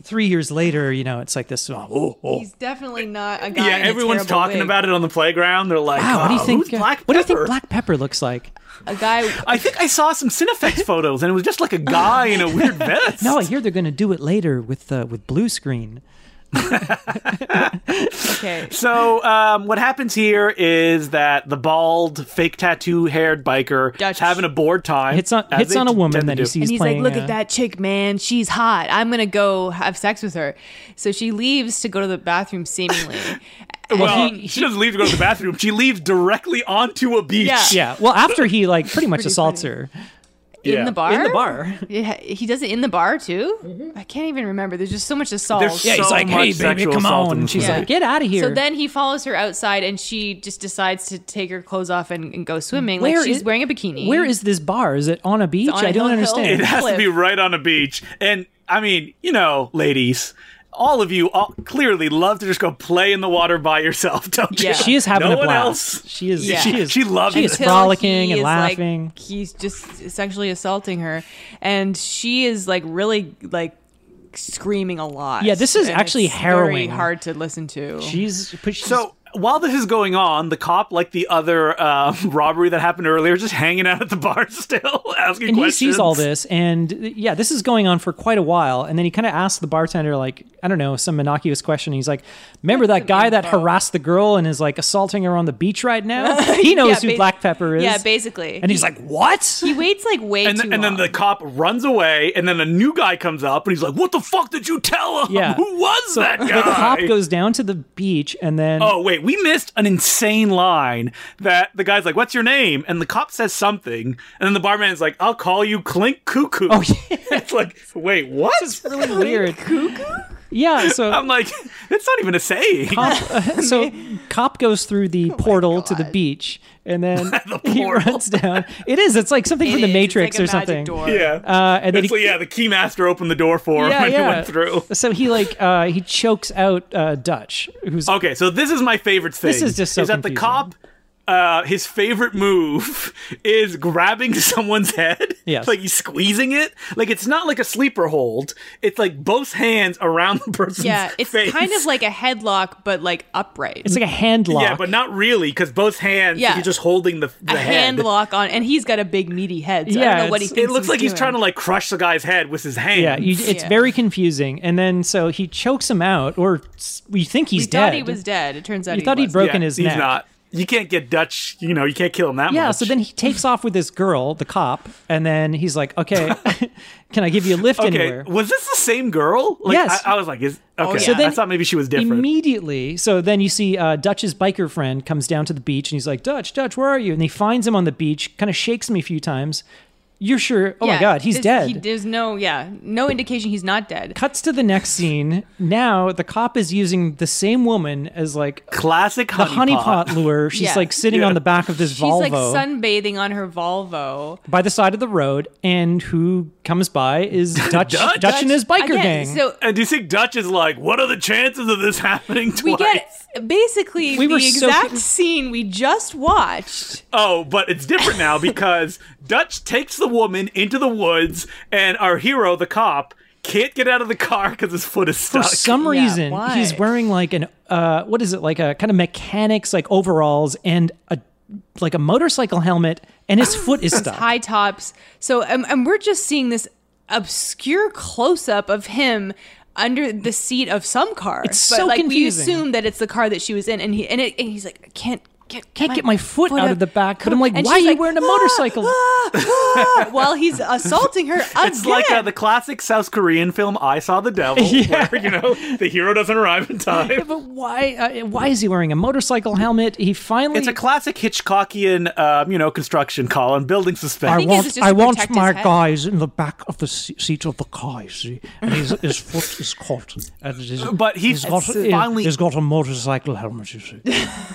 S3: Three years later, you know, it's like this. Oh, oh, oh.
S1: he's definitely not a guy.
S2: yeah, everyone's talking about it on the playground. They're like,
S3: Wow, what do you
S2: "Ah,
S3: think? uh,
S2: who's Black Pepper?"
S3: what do you think Black Pepper looks like?
S1: a guy.
S2: I think I saw some Cinefex
S3: *laughs*
S2: photos, and it was just like a guy in a weird vest.
S3: No, I hear they're going to do it later with uh, with blue screen.
S1: Okay,
S2: So um, what happens here is that the bald, fake tattoo-haired biker
S1: Dutch.
S2: having a bored time.
S3: Hits on
S2: as
S3: hits
S2: they
S3: on a woman
S2: tend to
S3: that he
S2: do.
S3: sees
S1: and he's like,
S3: playing.
S1: "Look
S3: uh,
S1: at that chick, man. She's hot. I'm gonna go have sex with her." So she leaves to go to the bathroom, seemingly. And
S2: Well,
S1: he-
S2: she doesn't leave to go to the bathroom. She leaves directly onto a beach.
S1: Yeah.
S3: Yeah. Well, after he like
S1: *laughs*
S3: pretty much assaults her
S1: in
S2: Yeah.
S1: the bar.
S3: in the bar.
S1: Yeah, he does it in the bar too.
S3: Mm-hmm.
S1: I can't even remember. There's just so much assault.
S2: There's
S3: Yeah,
S2: so
S3: he's like,
S2: much
S3: "Hey, baby,
S2: sexual
S3: come
S2: assault in
S3: on!"
S2: this
S3: She's
S2: movie.
S3: like, "Get out of here!"
S1: So then he follows her outside, and she just decides to take her clothes off and, and go swimming.
S3: Where
S1: like she's
S3: is-
S1: wearing a bikini.
S3: where is this bar? Is it on a beach?
S1: on a
S3: I don't
S1: hill.
S3: understand.
S2: it *laughs* has to
S1: cliff.
S2: be right on a beach. And I mean, you know, ladies, all of you all clearly love to just go play in the water by yourself, *laughs* don't you?
S1: Yeah.
S3: She is having
S2: no
S3: a blast.
S2: One else.
S3: She is.
S1: Yeah.
S3: She is.
S2: She loves
S3: She
S2: it.
S3: is
S1: Till
S3: frolicking
S1: he
S3: and
S1: is, like-
S3: laughing.
S1: he's just sexually assaulting her, and she is like really like screaming a lot.
S3: Yeah, this is
S1: And
S3: actually
S1: it's Very
S3: harrowing.
S1: hard to listen to.
S3: she's, but she's
S2: So while this is going on, the cop, like the other uh, *laughs* robbery that happened earlier, is just hanging out at the *laughs* bar still, asking
S3: and he
S2: questions.
S3: sees all this, and uh, yeah, this is going on for quite a while. And then he kind of asks the bartender, like, I don't know, some innocuous question. He's like, "Remember that guy that harassed the girl and is like assaulting her on the beach
S1: *laughs*
S3: right now? He knows who
S1: ba-
S3: Black Pepper is."
S1: Yeah, basically.
S3: and he's like, "What?"
S1: he waits like way
S2: And,
S1: too
S2: th- and then
S1: long.
S2: the cop runs away, and then a new guy comes up, and he's like, "What the fuck did you tell him? *laughs*
S3: Yeah.
S2: Who was that guy?"
S3: *laughs* the cop goes down to the beach, and then
S2: Oh wait, we missed an insane line that the guy's like, "What's your name?" and the cop says something, and then the barman's like, "I'll call you Clink Cuckoo." Oh
S3: yeah.
S2: *laughs* it's like, wait, what?
S3: it's
S1: *laughs*
S3: really weird. Yeah, so
S2: I'm like, that's not even a saying.
S3: cop, so cop goes
S2: *laughs*
S3: through the
S2: Oh
S3: portal to the beach, and then he
S2: portal.
S3: runs down. It is. It's like something
S1: It
S3: from the
S1: is, it's like a
S3: Matrix or
S1: magic
S3: something.
S1: door.
S2: yeah,
S3: Uh, and then
S2: it's
S3: he-
S2: like, yeah, the keymaster opened the door for him
S3: Yeah,
S2: when
S3: yeah.
S2: he went through.
S3: So he like uh, he chokes out uh, Dutch, who's
S2: Oh. Okay, so this is my favorite thing.
S3: This is just so
S2: that the
S3: confusing.
S2: cop uh, his favorite move *laughs* is grabbing *laughs* someone's head.
S3: Yes.
S2: Like he's squeezing it. Like it's not like a sleeper hold. It's like both hands around the person's
S1: Yeah, it's
S2: face.
S1: kind of like a headlock, but like upright.
S3: It's like a hand lock.
S2: Yeah, but not really, because both hands,
S1: Yeah.
S2: you're just holding the, the
S1: a hand
S2: head.
S1: lock on, and he's got a big meaty head. So I
S3: Yeah,
S1: don't know what he
S3: it's-
S1: thinks.
S2: It looks like he's
S1: doing.
S2: trying to like crush the guy's head with his hand.
S3: yeah, you, it's
S1: Yeah.
S3: very confusing. And then so he chokes him out, or s- we think he's
S1: We
S3: dead.
S1: thought he was dead. It turns out
S3: You
S1: he
S3: thought he'd
S1: wasn't.
S3: broken his
S2: he's
S3: neck.
S2: not. You can't get Dutch. You know, you can't kill him that
S3: Yeah,
S2: much.
S3: so then he takes off with this girl, the cop, and then he's like, "Okay, *laughs* can I give you a lift
S2: okay,
S3: anywhere?"
S2: was this the same girl? Like,
S3: Yes.
S2: I, I was like, is okay.
S1: Oh, yeah. So
S2: I
S3: then
S2: thought maybe she was different.
S3: Immediately, so then you see uh, Dutch's biker friend comes down to the beach and he's like, "Dutch, Dutch, where are you?" And he finds him on the beach, kind of shakes him a few times. You're sure? Oh my
S1: Yeah,
S3: god, he's
S1: this-
S3: dead.
S1: he- there's no, yeah, no indication he's not dead.
S3: Cuts to the next scene. Now the cop is using the same woman as like
S2: Classic
S3: the
S2: honeypot.
S3: honeypot lure. She's
S1: Yeah.
S3: like sitting
S2: Yeah.
S3: on the back of this
S1: She's
S3: Volvo
S1: like sunbathing on her Volvo.
S3: by the side of the road, and who comes
S2: *laughs*
S3: by is Dutch,
S2: Dutch?
S3: Dutch, and his biker
S1: Again,
S3: gang.
S1: So
S2: *laughs* And do you think Dutch is like, what are the chances of this *laughs* happening twice?
S1: we get basically
S3: We
S1: the
S3: were so
S1: exact
S3: con-
S1: scene we just watched.
S2: Oh, but it's different
S1: *laughs*
S2: now because Dutch takes the woman into the woods, and our hero, the cop, can't get out of the car because his foot is
S3: for
S2: stuck.
S3: some
S1: Yeah,
S3: reason
S1: why?
S3: he's wearing like an uh what is it like a kind of mechanics like overalls and a like a motorcycle helmet
S1: *laughs*
S3: and his foot is stuck
S1: High tops. So um, and we're just seeing this obscure close up of him under the seat of some car.
S3: It's
S1: but
S3: so
S1: like
S3: confusing.
S1: we assume that it's the car that she was in, and he and, it, and he's like, I can't. Can't,
S3: Can't get my foot out of the back,
S1: *gasps*
S3: but I'm like,
S1: And
S3: why are
S1: she's
S3: you wearing a motorcycle?
S1: "Ah,
S3: *laughs*
S1: ah," while he's assaulting her again.
S2: It's like uh, the classic South Korean film "I Saw the Devil,"
S3: *laughs*
S2: where you know the hero doesn't arrive in time.
S3: but why uh, why is he wearing a motorcycle helmet he finally
S2: It's a classic Hitchcockian, um, you know, construction call and building
S3: I,
S2: suspense.
S1: think this is
S3: want,
S1: just
S3: I
S1: to
S3: want
S1: protect
S3: my
S1: his head.
S3: guys in the back of the se- seat of the car, you see. And his, his foot is caught. And it is-
S2: But he uh,
S3: he's got,
S2: finally-
S3: he's got a motorcycle helmet,
S1: *laughs*
S3: you see.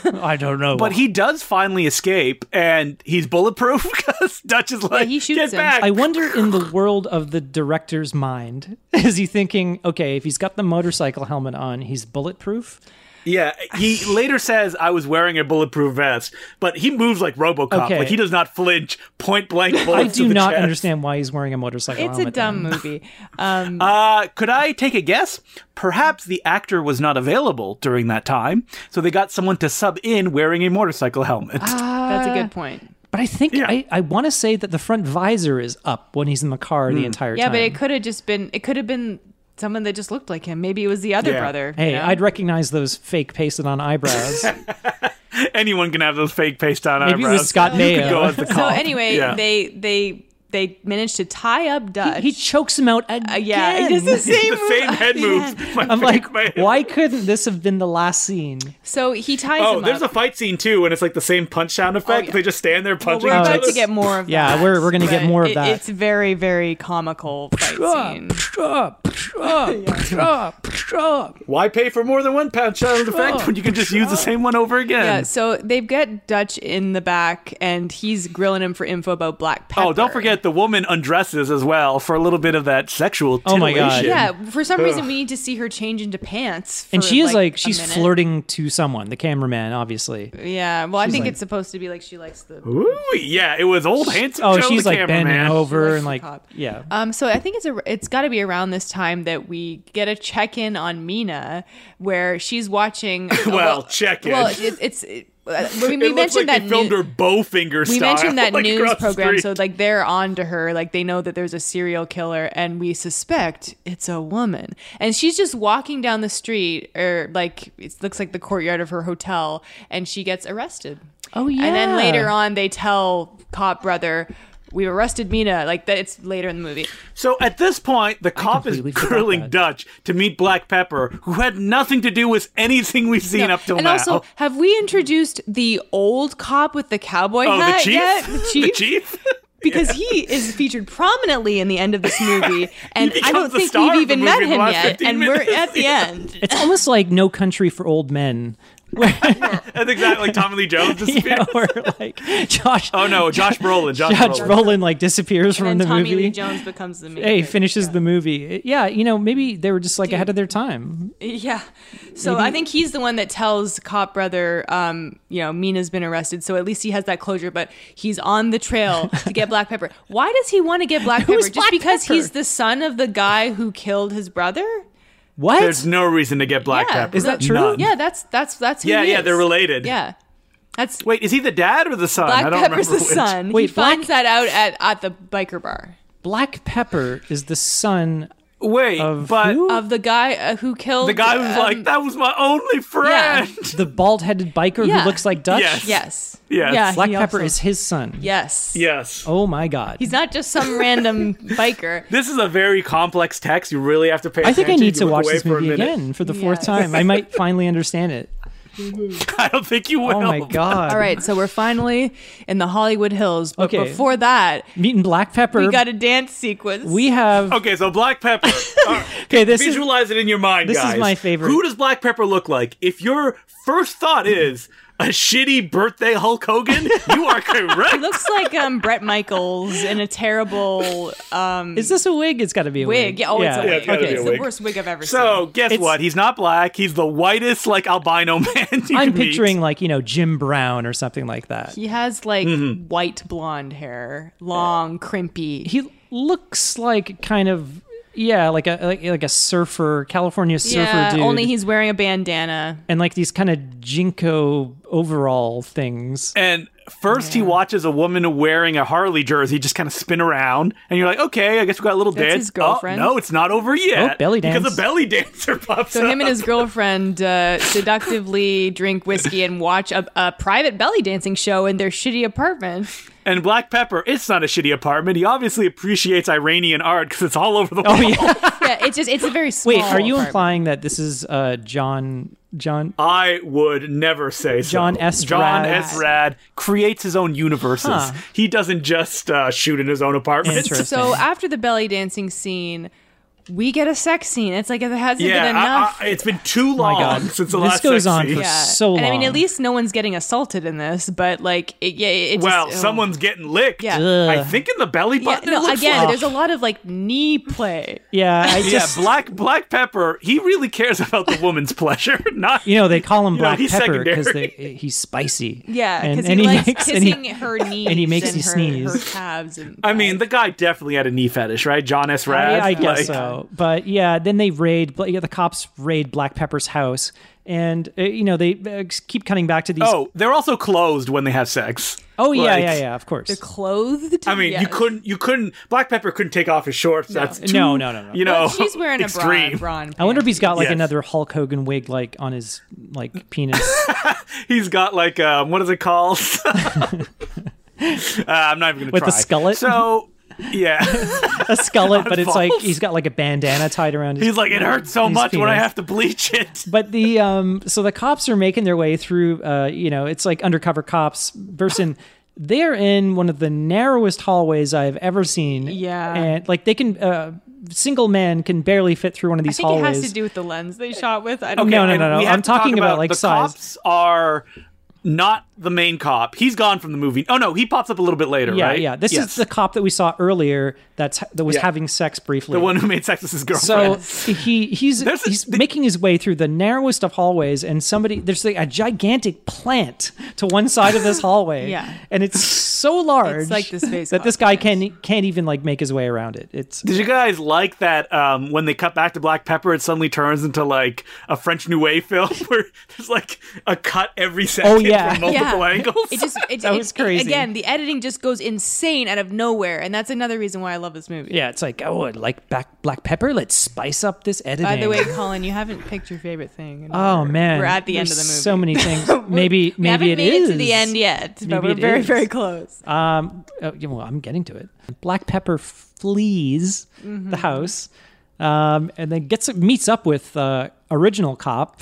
S3: I don't know.
S2: But he does finally escape, and he's bulletproof *laughs* because Dutch is like,
S1: he shoots
S2: "Get
S1: him."
S2: back!"
S3: I wonder in the world of the director's mind, *laughs* is he thinking, okay, if he's got the motorcycle helmet on, he's bulletproof?
S2: Yeah, he later says I was wearing a bulletproof vest, but he moves like RoboCop.
S3: Okay.
S2: Like he does not flinch, point blank bullets
S3: *laughs* I
S2: to
S3: do
S2: the
S3: not
S2: chest.
S3: understand why he's wearing a motorcycle
S1: It's
S3: helmet.
S1: a dumb movie. Um,
S2: Uh, could I take a guess? Perhaps the actor was not available during that time, so they got someone to sub in wearing a motorcycle helmet.
S1: that's a
S3: Uh,
S1: good point.
S3: But I think
S2: Yeah.
S3: I, I want to say that the front visor is up when he's in the car
S2: Hmm.
S3: the entire
S1: Yeah,
S3: time.
S1: but it could have just been. It could have been someone that just looked like him. Maybe it was the other
S2: Yeah.
S1: brother.
S3: Hey,
S1: you know?
S3: I'd recognize those fake pasted
S1: *laughs*
S3: on eyebrows.
S2: *laughs* Anyone can have those fake paste on
S3: Maybe it
S2: eyebrows.
S3: was Scott
S2: You could go
S3: Baio.
S2: as the
S1: *laughs* So
S2: cop.
S1: anyway,
S2: Yeah.
S1: they they they managed to tie up Dutch.
S3: he chokes him out
S1: Uh,
S3: again.
S1: yeah, he does the same.
S2: *laughs* the
S1: *laughs*
S2: same
S1: move
S2: head
S1: again.
S2: *laughs* move. My
S3: *laughs* I'm like,
S2: my head.
S3: why couldn't this have been the last scene?
S1: So he ties
S2: Oh,
S1: him
S2: there's a
S1: up.
S2: fight scene too, and it's like the same punch sound effect.
S1: Oh, yeah.
S2: They just stand there
S1: Well,
S2: punching
S1: we're
S2: each
S1: about
S2: other.
S1: to get more of
S3: Yeah,
S1: that.
S3: we're- we're gonna get
S1: but
S3: more of
S1: it-
S3: that.
S1: It's very very comical fight scene. *laughs*
S2: why pay for more than one punch sound effect when you can just use the same one over again?
S1: Yeah, so they've got Dutch in the back, and he's grilling him for info about black pepper.
S2: Oh, don't forget the woman undresses as well for a little bit of that sexual.
S3: Oh my God.
S2: titillation.
S1: Yeah, for some reason we need to see her change into pants.
S3: And
S1: for,
S3: she is like,
S1: a
S3: she's
S1: minute.
S3: flirting to someone, the cameraman, obviously.
S1: Yeah, well, I think
S3: like-
S1: it's supposed to be like she likes the
S2: Ooh, yeah. It was old handsome.
S3: Oh,
S2: Joe
S3: she's
S2: the
S3: like bending
S2: cameraman.
S3: over and
S1: Like
S3: like,
S1: the cop.
S3: yeah.
S1: Um, so I think it's a it's got to be around this time that we get a check in on Mina, where she's watching.
S2: *laughs*
S1: uh,
S2: Well, check-in.
S1: Well, it, it's it, uh, we, we
S2: it looks
S1: mentioned
S2: like
S1: that
S2: they filmed
S1: new-
S2: her bowfinger
S1: we
S2: style.
S1: mentioned that
S2: *laughs* like,
S1: news
S2: across the
S1: program,
S2: street.
S1: so like they're on to her. Like they know that there's a serial killer, and we suspect it's a woman. And she's just walking down the street, or like it looks like the courtyard of her hotel, and she gets arrested.
S3: Oh,
S1: And then
S3: yeah.
S1: later on, they tell cop brother. We arrested Mina. Like that, it's later in the movie.
S2: So at this point, the cop is
S3: completely forgot
S2: grilling
S3: that.
S2: Dutch to meet Black Pepper, who had nothing to do with anything we've seen
S1: No.
S2: up till
S1: and
S2: now.
S1: also, have we introduced the old cop with the cowboy
S2: oh,
S1: hat
S2: the chief?
S1: yet? The chief,
S2: *laughs* the chief? *laughs*
S1: because he is featured prominently in the end of this
S2: *laughs*
S1: movie, and I
S2: becomes
S1: don't
S2: the
S1: think
S2: star
S1: we've
S2: of
S1: even
S2: the
S1: met
S2: movie in the
S1: him
S2: last *laughs*
S1: yet,
S2: 15
S1: and we're
S2: minutes.
S1: at the end.
S3: It's almost like No Country for Old Men, *laughs*
S2: That's exactly like Tommy Lee Jones disappeared.
S3: you know, or like Josh.
S2: Oh no, Josh Brolin. Josh,
S3: Josh
S2: Brolin.
S3: Brolin like
S1: and
S3: disappears from
S1: then
S3: the
S1: Tommy
S3: movie.
S1: Lee Jones becomes the main.
S3: hey,
S1: character.
S3: finishes the movie. Yeah, you know, maybe they were just like ahead of their time.
S1: Yeah. So I think he's the one that tells Cop Brother, um, you know, Mina's been arrested. So at least he has that closure, but he's on the
S3: *laughs*
S1: trail to get Black Pepper. Why does he want to get Black Pepper?
S3: Who's
S1: Just
S3: Black
S1: because
S3: Pepper?
S1: he's the son of the guy who killed his brother?
S3: What?
S2: There's no reason to get black
S1: yeah.
S2: pepper.
S3: Is that true?
S2: None.
S1: Yeah, that's that's that's who
S2: Yeah,
S1: he
S2: yeah,
S1: is.
S2: they're related.
S1: Yeah. That's
S2: Wait, is he the dad or the son? I
S1: Black
S2: don't
S1: Pepper's the
S2: remember which.
S1: son.
S3: Wait,
S1: he
S3: Black-
S1: finds that out at, at the biker bar
S3: Black Pepper is the son
S2: Wait,
S3: of
S2: but
S3: who?
S1: of the guy uh, who killed
S2: the guy who's
S1: um,
S2: like, "That was my only friend."
S3: the bald-headed biker
S1: Yeah.
S3: who looks like Dutch.
S2: Yes.
S1: Yes.
S2: Yes.
S1: Yeah,
S3: Black
S1: he
S3: Pepper
S1: also-
S3: is his son.
S1: Yes.
S2: Yes.
S3: Oh my god.
S1: He's not just some
S2: *laughs*
S1: random biker.
S2: This is a very complex text. You really have to pay
S3: I
S2: attention.
S3: think I need to
S2: look
S3: watch
S2: away
S3: this
S2: for a
S3: movie
S2: minute.
S3: again for the fourth
S1: Yes.
S3: time.
S1: *laughs*
S3: I might finally understand it.
S2: *laughs* I don't think you will.
S3: Oh my god.
S1: All right, so we're finally in the Hollywood Hills, but
S3: Okay.
S1: before that,
S3: Meeting Black Pepper.
S1: we got a dance sequence.
S3: we have
S2: Okay, so black
S3: *laughs*
S2: pepper. All right.
S3: Okay, this is
S2: Visualize it in your mind,
S3: this is
S2: guys.
S3: my favorite.
S2: Who does Black Pepper look like? If your first thought is a shitty birthday Hulk Hogan, you
S3: *laughs*
S2: are correct.
S1: looks like um Brett Michaels in a terrible um
S3: Is this a wig? It's got to be a wig.
S1: wig. Yeah, oh, it's a
S2: Yeah,
S1: wig.
S2: it's gotta
S1: okay,
S2: be a
S1: it's
S2: wig.
S1: the worst wig I've ever
S2: So
S1: seen.
S2: guess
S3: It's-
S2: what? He's not black. He's the whitest, like albino *laughs* man. You
S3: I'm
S2: can meet.
S3: picturing like, you know, Jim Brown or something like that.
S1: He has like
S3: Mm-hmm.
S1: white blonde hair, long, crimpy.
S3: He looks like kind of yeah, like a like, like a surfer, California surfer
S1: yeah,
S3: dude.
S1: only he's wearing a bandana.
S3: and like these kind of jinko
S1: *laughs*
S3: overall things.
S2: And first, he watches a woman wearing a Harley jersey just kind of spin around, and you're like, okay, I guess we got a little
S1: That's
S2: dance.
S1: his
S2: Oh,
S1: girlfriend.
S2: no, it's not over yet.
S3: Oh, belly dance.
S2: Because a belly dancer *laughs* pops
S1: So
S2: up.
S1: him and
S3: *laughs*
S1: his girlfriend uh, seductively drink whiskey and watch a, a private belly dancing show in their shitty
S3: *laughs*
S1: apartment.
S2: And Black Pepper, it's not a shitty apartment. He obviously appreciates Iranian art because it's all over the wall.
S3: Oh yeah.
S1: Yeah, Oh, it's just it's a very small
S3: Wait, are you
S1: apartment.
S3: implying that this is uh John John
S2: *laughs* I would never say so.
S3: John S.
S2: John
S3: Rad.
S2: S. Rad creates his own universes.
S3: Huh.
S2: He doesn't just uh, shoot in his own apartment.
S3: Interesting.
S1: So after the belly dancing scene, we get a sex scene. It's like it hasn't
S2: Yeah,
S1: been enough.
S2: I, I, it's been too long
S3: God.
S2: since the
S3: This
S2: last
S3: goes
S2: sex
S3: on
S2: scene.
S3: for-
S1: yeah.
S3: so
S1: And I mean,
S3: long.
S1: at least no one's getting assaulted in this, but like, it, yeah, it just,
S2: Well,
S1: oh.
S2: someone's getting licked.
S1: Yeah.
S3: Ugh.
S2: I think in the belly
S1: Yeah,
S2: button. it
S1: no,
S2: looks
S1: again,
S2: like.
S1: there's a lot of like knee play.
S3: Yeah, I just
S2: *laughs* yeah, black black pepper. He really cares about the woman's *laughs* pleasure, not
S3: you know they call him
S2: You know,
S3: black
S2: he's
S3: pepper because
S2: secondary.
S3: he's spicy.
S1: Yeah, because he,
S3: and
S1: likes
S3: makes- and
S1: kissing
S3: he-
S1: her knees
S3: *laughs* and he makes you
S1: her,
S3: sneeze.
S1: her calves. And
S2: I mean, the guy definitely had a knee fetish, right? John S. Rad.
S3: I, I
S2: like-
S3: guess so, but yeah, then they raid. bla- Yeah, the cops raid Black Pepper's house, and uh, you know they uh, keep cutting back to these.
S2: Oh, they're also closed when they have sex.
S3: Oh, yeah,
S2: Like-
S3: yeah, yeah. Of course.
S1: clothed.
S2: I mean, you
S1: Yes.
S2: couldn't, you couldn't. Black Pepper couldn't take off his shorts. That's too,
S3: No, no, no, no.
S2: You know,
S1: Well, she's wearing a
S2: extreme.
S1: bra, bra and
S3: I wonder if he's got like
S2: Yes.
S3: another Hulk Hogan wig, like on his like penis. *laughs*
S2: He's got like um, what is it called? *laughs* uh, I'm not even gonna
S3: With a
S2: try.
S3: skullet?
S2: So
S3: *laughs*
S2: yeah,
S3: a
S2: *laughs*
S3: skullet, but it's like
S2: balls.
S3: he's got like a bandana tied around his
S2: he's like it hurts so
S3: his
S2: much when I
S3: penis.
S2: have to bleach it.
S3: But the um, so the cops are making their way through. Uh, you know, it's like undercover cops.
S1: *laughs*
S3: Person, they're in one of the narrowest hallways I've ever seen.
S1: Yeah.
S3: and like they can, uh, single man can barely fit through one of
S1: I
S3: these
S1: think
S3: hallways.
S1: it has to do with the lens they shot with. I don't
S2: Okay,
S1: know.
S3: *laughs* No, no,
S2: and
S3: no, no.
S2: we have
S3: I'm
S2: to talk
S3: talking about, like,
S2: the
S3: size.
S2: cops are not the main cop. He's gone from the movie. Oh no, he pops up a little bit later.
S3: yeah,
S2: right?
S3: yeah. This
S2: Yes.
S3: is the cop that we saw earlier. That's that was
S2: Yeah.
S3: having sex briefly.
S2: the one who made sex with his girlfriend. *laughs*
S3: So he he's
S2: There's a-
S3: he's
S2: the-
S3: making his way through the narrowest of hallways, and somebody there's like a gigantic plant to one side
S1: *laughs*
S3: of this hallway.
S1: Yeah.
S3: and it's so large,
S1: It's like the space
S3: that this
S1: Odyssey
S3: guy can can't even like make his way around it. It's
S2: Did you guys like that um, when they cut back to Black Pepper, it suddenly turns into like a French New Wave film *laughs* where there's like a cut every second
S3: Oh, yeah.
S2: from multiple
S1: Yeah.
S2: *laughs* angles?
S1: It just it,
S3: *laughs* That
S1: it-
S3: was crazy.
S1: Again, the editing just goes insane out of nowhere, and that's another reason why I love this movie.
S3: yeah, it's like oh, I like black black pepper. Let's spice up this editing.
S1: By the way, Colin, you haven't picked your favorite thing. and
S3: oh
S1: we're-
S3: man,
S1: we're at the end
S3: There's
S1: of the movie.
S3: So
S1: *laughs*
S3: many things. maybe
S1: we haven't
S3: maybe it is
S1: made it to the end yet, but
S3: Maybe
S1: we're
S3: it
S1: very
S3: is.
S1: very close.
S3: Um, oh, yeah, well, I'm getting to it. Black Pepper flees
S1: Mm-hmm.
S3: the house, um, and then gets meets up with uh, original cop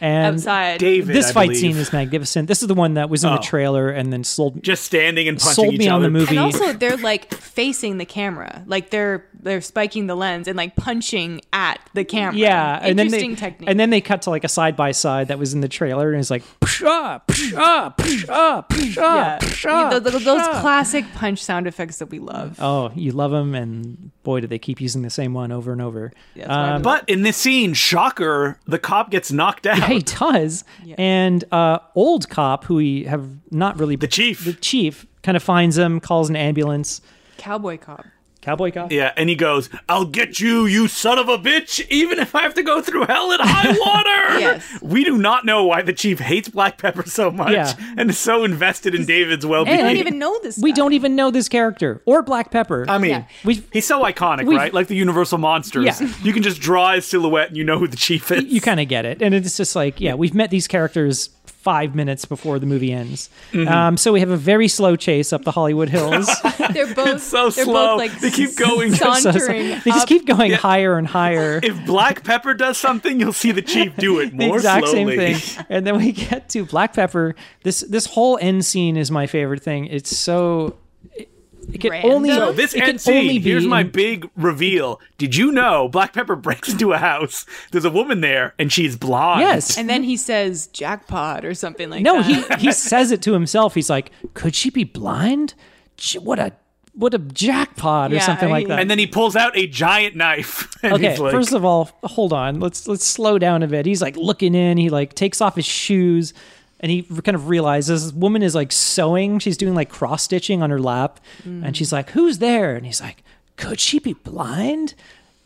S3: And
S1: outside.
S2: David,
S3: this
S2: I
S3: fight
S2: believe,
S3: scene is magnificent. This is the one that was in
S2: Oh.
S3: the trailer and then sold
S2: just standing and punching
S3: sold
S2: each
S3: me on
S2: other.
S3: the movie.
S1: And also, they're like facing the camera, like they're they're spiking the lens and like punching at the camera.
S3: Yeah, and then
S1: interesting
S3: they
S1: technique.
S3: and then they cut to like a side by side that was in the trailer, and it's like pshaw, pshaw, pshaw, pshaw,
S1: yeah.
S3: pshaw,
S1: Those- those, those
S3: pshaw.
S1: classic punch sound effects that we love.
S3: Oh, you love them, and boy, do they keep using the same one over and over.
S1: Yeah, that's what I
S3: Um,
S2: But in this scene, shocker, the cop gets knocked out.
S3: he does, and uh, old cop who we have not really
S2: The chief.
S3: the chief kind of finds him, calls an ambulance,
S1: Cowboy cop.
S3: cowboy cop.
S2: Yeah, and he goes, "I'll get you, you son of a bitch, even if I have to go through hell and high
S1: *laughs*
S2: water."
S1: Yes.
S2: We do not know why the chief hates black pepper so much
S3: Yeah.
S2: and is so invested in David's well-being.
S1: We don't
S3: And-
S1: even know this.
S3: We
S1: guy.
S3: don't even know this character or Black Pepper.
S2: I mean,
S1: Yeah.
S3: we
S2: he's so iconic,
S3: We've-
S2: right? Like the Universal monsters.
S3: Yeah.
S2: You can just draw his silhouette and you know who the chief is.
S3: you kind of get it and it's just like yeah we've met these characters five minutes before the movie ends
S2: Mm-hmm.
S3: um, so we have a very slow chase up the hollywood hills *laughs*
S1: They're both
S2: so
S1: they're
S2: slow.
S1: Both, like,
S2: They keep
S1: *laughs*
S2: going. So-
S3: So- so-
S1: sauntering.
S3: they just
S1: up.
S3: keep going higher and
S2: *laughs*
S3: higher
S2: If black pepper does something, you'll see the chief do it
S3: the
S2: more
S3: exact
S2: slowly.
S3: same thing
S2: *laughs*
S3: and then we get to black pepper this this whole end scene is my favorite thing it's so it, it can
S1: Random.
S3: only
S1: So
S2: This
S3: it
S2: end
S3: can
S2: scene,
S3: only be
S2: here's my
S3: in-
S2: big reveal. Did you know Black Pepper breaks into a house? There's a woman there, and she's blind.
S3: yes
S1: And then he says jackpot or something like
S3: No,
S1: that.
S3: he he says it to himself. He's like, "Could she be blind? Gee, What a what a jackpot or
S1: Yeah,
S3: something
S1: I
S3: like
S1: mean-
S3: that."
S2: And then he pulls out a giant knife. *laughs* And
S3: okay,
S2: he's like,
S3: first of all, hold on. Let's let's slow down a bit. He's like looking in. He like takes off his shoes, and he kind of realizes this woman is like sewing. She's doing like cross stitching on her lap, and she's like, "Who's there?" And he's like, "Could she be blind?"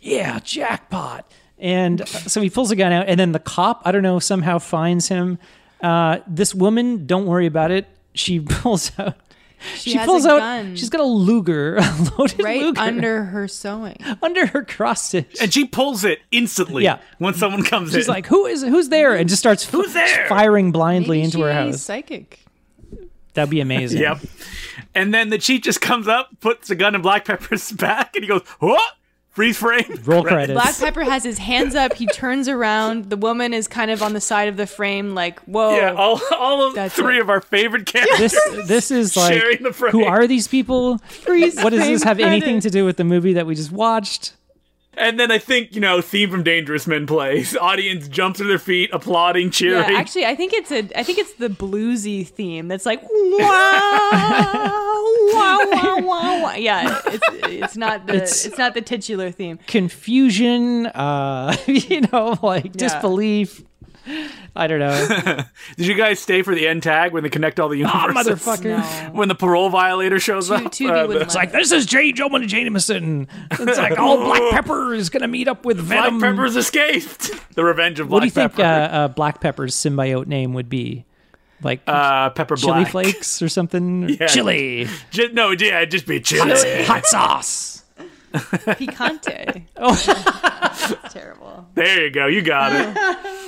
S3: Yeah, jackpot. And uh, so he pulls a gun out, and then the cop, I don't know, somehow finds him. Uh, this woman, don't worry about it. She *laughs* pulls out. She,
S1: has
S3: pulls
S1: a
S3: out.
S1: gun.
S3: She's got a Luger, *laughs* a loaded
S1: *laughs* right
S3: Luger
S1: under her
S3: *gasps*
S1: sewing.
S3: under her cross stitch.
S2: and she pulls it instantly
S3: Yeah.
S2: when someone comes
S3: She's
S2: in.
S3: like, "Who is who's there?" and just starts
S2: Who's there?
S3: firing blindly
S1: Maybe
S3: into her
S1: she's
S3: house.
S1: Psychic.
S3: *laughs* That'd be amazing.
S2: Yep. And then the chief just comes up, puts a gun in Black Pepper's *laughs* back, and he goes, What? Freeze frame.
S3: Roll credits.
S1: Black Pepper has his hands up. He turns around. The woman is kind of on the side of the frame, like, whoa.
S2: Yeah, all, all of
S1: That's
S2: three
S1: it.
S2: of our favorite characters.
S3: This this *laughs* is like
S2: Sharing the frame.
S3: who are these people?
S1: Freeze
S3: What does this
S1: frame
S3: have anything
S1: credit.
S3: to do with the movie that we just watched?
S2: And then I think, you know, theme from Dangerous Men plays. *laughs* Audience jumps to their feet, applauding,
S1: Yeah,
S2: cheering.
S1: actually, I think it's a. I think it's the bluesy theme that's like wow, wow, wow, *laughs* wow, wow. Yeah, it's, it's not the
S3: It's-
S1: it's, not the titular theme.
S3: Confusion, uh, *laughs* you know, like disbelief. I don't know.
S2: Did you guys stay for the end tag when they connect all the universes?
S3: Ah, motherfucker.
S2: When the parole violator shows
S1: No,
S2: up?
S1: to, to
S2: uh,
S1: be with
S2: the-
S1: love.
S3: Like this is J. Jonah Jameson. It's like all Black *laughs* Pepper is gonna meet up with
S2: Black
S3: Venom.
S2: Pepper's escaped. *laughs* The revenge of Black
S3: Um, what do you think uh,
S2: Pepper.
S3: uh, Black Pepper's symbiote name would be? Like
S2: uh, Pepper
S3: chili
S2: Black.
S3: flakes or *laughs* something? Chili.
S2: Ju- no, yeah, just be
S1: *laughs*
S2: chili.
S3: hot sauce.
S1: picante. Oh, *laughs* that's terrible.
S2: There you go. You got it.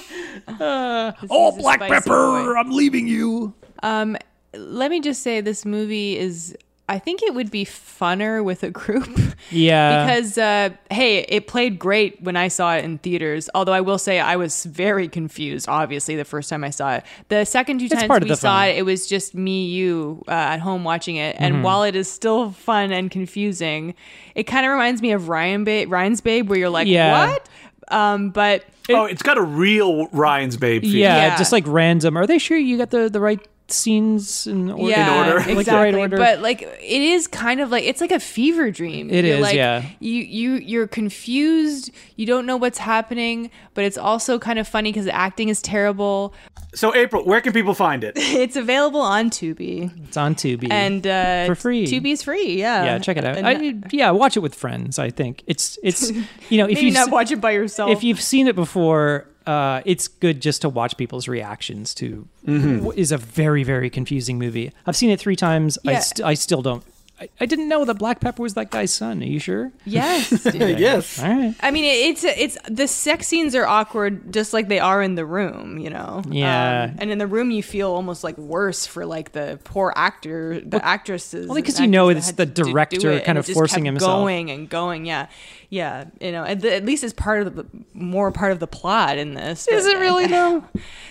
S3: Oh,
S1: is a Black spicy Pepper, boy.
S3: I'm leaving you.
S1: Let me just say, this movie is. I think it would be funner with a group.
S3: Yeah.
S1: because uh, hey, it played great when I saw it in theaters. Although I will say I was very confused. Obviously, the first time I saw it, the second two times
S3: part of
S1: we
S3: the
S1: saw
S3: fun. Mm-hmm.
S1: it, it was just me, you uh, at home watching it. And while it is still fun and confusing, it kind of reminds me of Ryan ba- Ryan's Babe, where you're like,
S3: Yeah.
S1: what? Um, but
S2: oh, it's got a real Ryan's Babe feel.
S3: yeah,
S1: yeah.
S3: just like random. Are they sure you got the, the right scenes in order? *laughs*
S1: yeah,
S2: order.
S3: Like
S1: exactly.
S3: the right order?
S1: But like, it is kind of like it's like a fever dream.
S3: It
S1: It is,
S3: is,
S1: like,
S3: yeah.
S1: You you you're confused. You don't know what's happening, but it's also kind of funny because the acting is terrible. *laughs*
S2: So, April, where can people find it?
S1: It's available on Tubi
S3: it's on Tubi.
S1: and uh,
S3: For free.
S1: Tubi's free. Yeah,
S3: yeah, check it out.
S1: And
S3: I, yeah, watch it with friends. I think it's
S1: *laughs*
S3: it's you know if
S1: maybe
S3: you
S1: not watch it by yourself.
S3: if you've seen it before, uh, it's good just to watch people's reactions Mm-hmm. to what is a very very confusing movie. I've seen it three times. I
S1: Yeah.
S3: st- I still don't. I, I didn't know that Black Pepper was that guy's son. Are you sure?
S1: Yes. dude.
S4: yes.
S3: All right.
S1: I mean, it- it's it's the sex scenes are awkward, just like they are in the room, you know.
S3: Yeah.
S1: Um, and in the room, you feel almost like worse for like the poor actor, the actresses.
S3: only 'cause
S1: and
S3: you know
S1: actors
S3: it's
S1: that had
S3: the
S1: to do
S3: director
S1: it, and
S3: kind
S1: it
S3: of
S1: just
S3: forcing
S1: kept
S3: himself.
S1: going and going. Yeah, yeah. You know, at, the, at least it's part of the more part of the plot in this.
S3: Is
S1: but,
S3: it
S1: *laughs*
S3: really,
S1: though?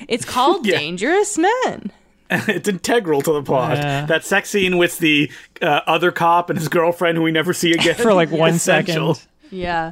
S1: it's
S3: *laughs*
S1: called
S2: Yeah.
S1: Dangerous Men.
S2: *laughs* it's integral to the plot.
S3: Yeah.
S2: That sex scene with the uh, other cop and his girlfriend, who we never see again
S3: *laughs* For like one
S2: Essential.
S3: second.
S1: Yeah.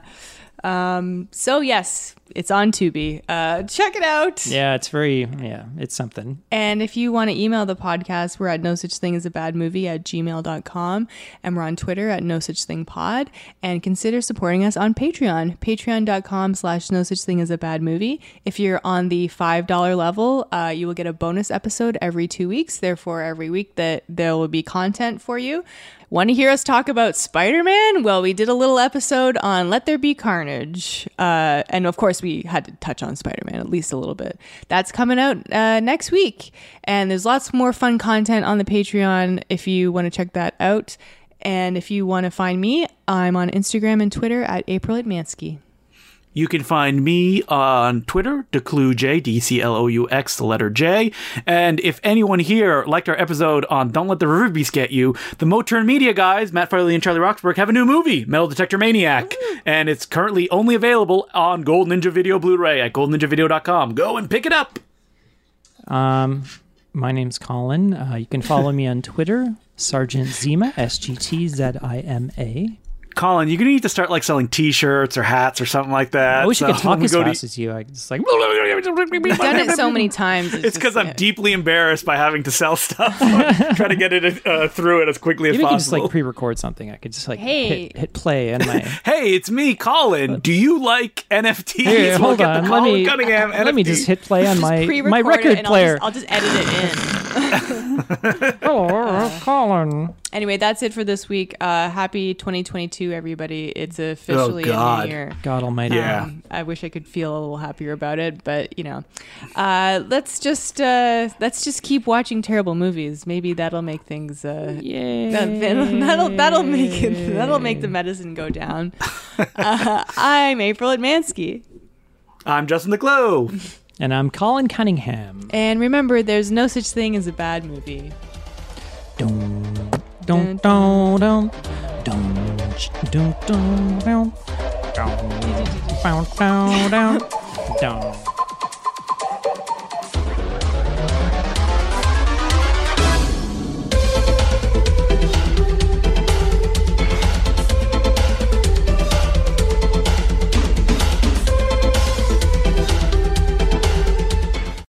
S1: Um. So yes, it's on Tubi. Uh, check it out.
S3: Yeah, it's very yeah, it's something.
S1: And if you want to email the podcast, we're at no such thing as a bad movie at gmail.com. And we're on Twitter at no such thing pod. And consider supporting us on Patreon, patreon.com slash no such thing as a bad movie. If you're on the $5 level, uh, you will get a bonus episode every two weeks. Therefore, every week that there will be content for you. Want to hear us talk about Spider Man? Well, we did a little episode on Let There Be Carnage. Uh, and of course, we had to touch on Spider Man at least a little bit. That's coming out uh, next week. And there's lots more fun content on the Patreon if you want to check that out. And if you want to find me, I'm on Instagram and Twitter at April Atmansky.
S2: You can find me on Twitter, DeClueJ, D C L O U X, the letter J. And if anyone here liked our episode on Don't Let the River Beast Get You, the Moturn Media guys, Matt Farley and Charlie Roxburgh, have a new movie, Metal Detector Maniac. And it's currently only available on Gold Ninja Video Blu ray at goldninjavideo.com. Go and pick it up.
S3: Um, my name's Colin. Uh, you can follow me on Twitter, Sergeant Zima, S G T Z I M A.
S2: Colin, you're going to need to start like selling t shirts or hats or something like that.
S3: I wish I
S2: So
S3: could talk
S2: when we
S3: as
S2: go to-
S3: fast as you. I just like
S1: I've done it so many times.
S2: It's because I'm
S1: deep.
S2: deeply embarrassed by having to sell
S3: *laughs*
S2: stuff. Try to get it uh, through it as quickly as
S3: maybe I could just
S2: possible.
S3: like pre-record something. I could just like
S1: Hey.
S3: hit, hit play
S2: *laughs*
S3: and my.
S2: hey, it's me, Colin. Do you like NFTs?
S3: Here,
S2: Look
S3: hold
S2: at the
S3: on. Let
S2: Colin
S3: me
S2: Cunningham
S3: let me
S2: NFT.
S3: just hit play on my my record player.
S1: I'll just, I'll just edit it in.
S2: *laughs*
S3: oh, Colin.
S1: Anyway, that's it for this week. Uh, happy 2022, everybody. It's officially a
S2: Oh, God.
S1: new year.
S3: God Almighty.
S2: Yeah.
S1: Um, I wish I could feel a little happier about it, but you know, uh, let's just uh, let's just keep watching terrible movies. Maybe that'll make things. Uh,
S3: Yay.
S1: that- that'll, that'll that'll make it, that'll make the medicine go
S2: *laughs*
S1: down. Uh, I'm April Admansky,
S2: I'm Justin the Glow.
S3: And I'm Colin Cunningham.
S1: and remember, there's no such thing as a bad movie.
S3: Dun, dun, dun, dun, dun, sh- dun, dun, dun, dun, dun, dun, dun, dun.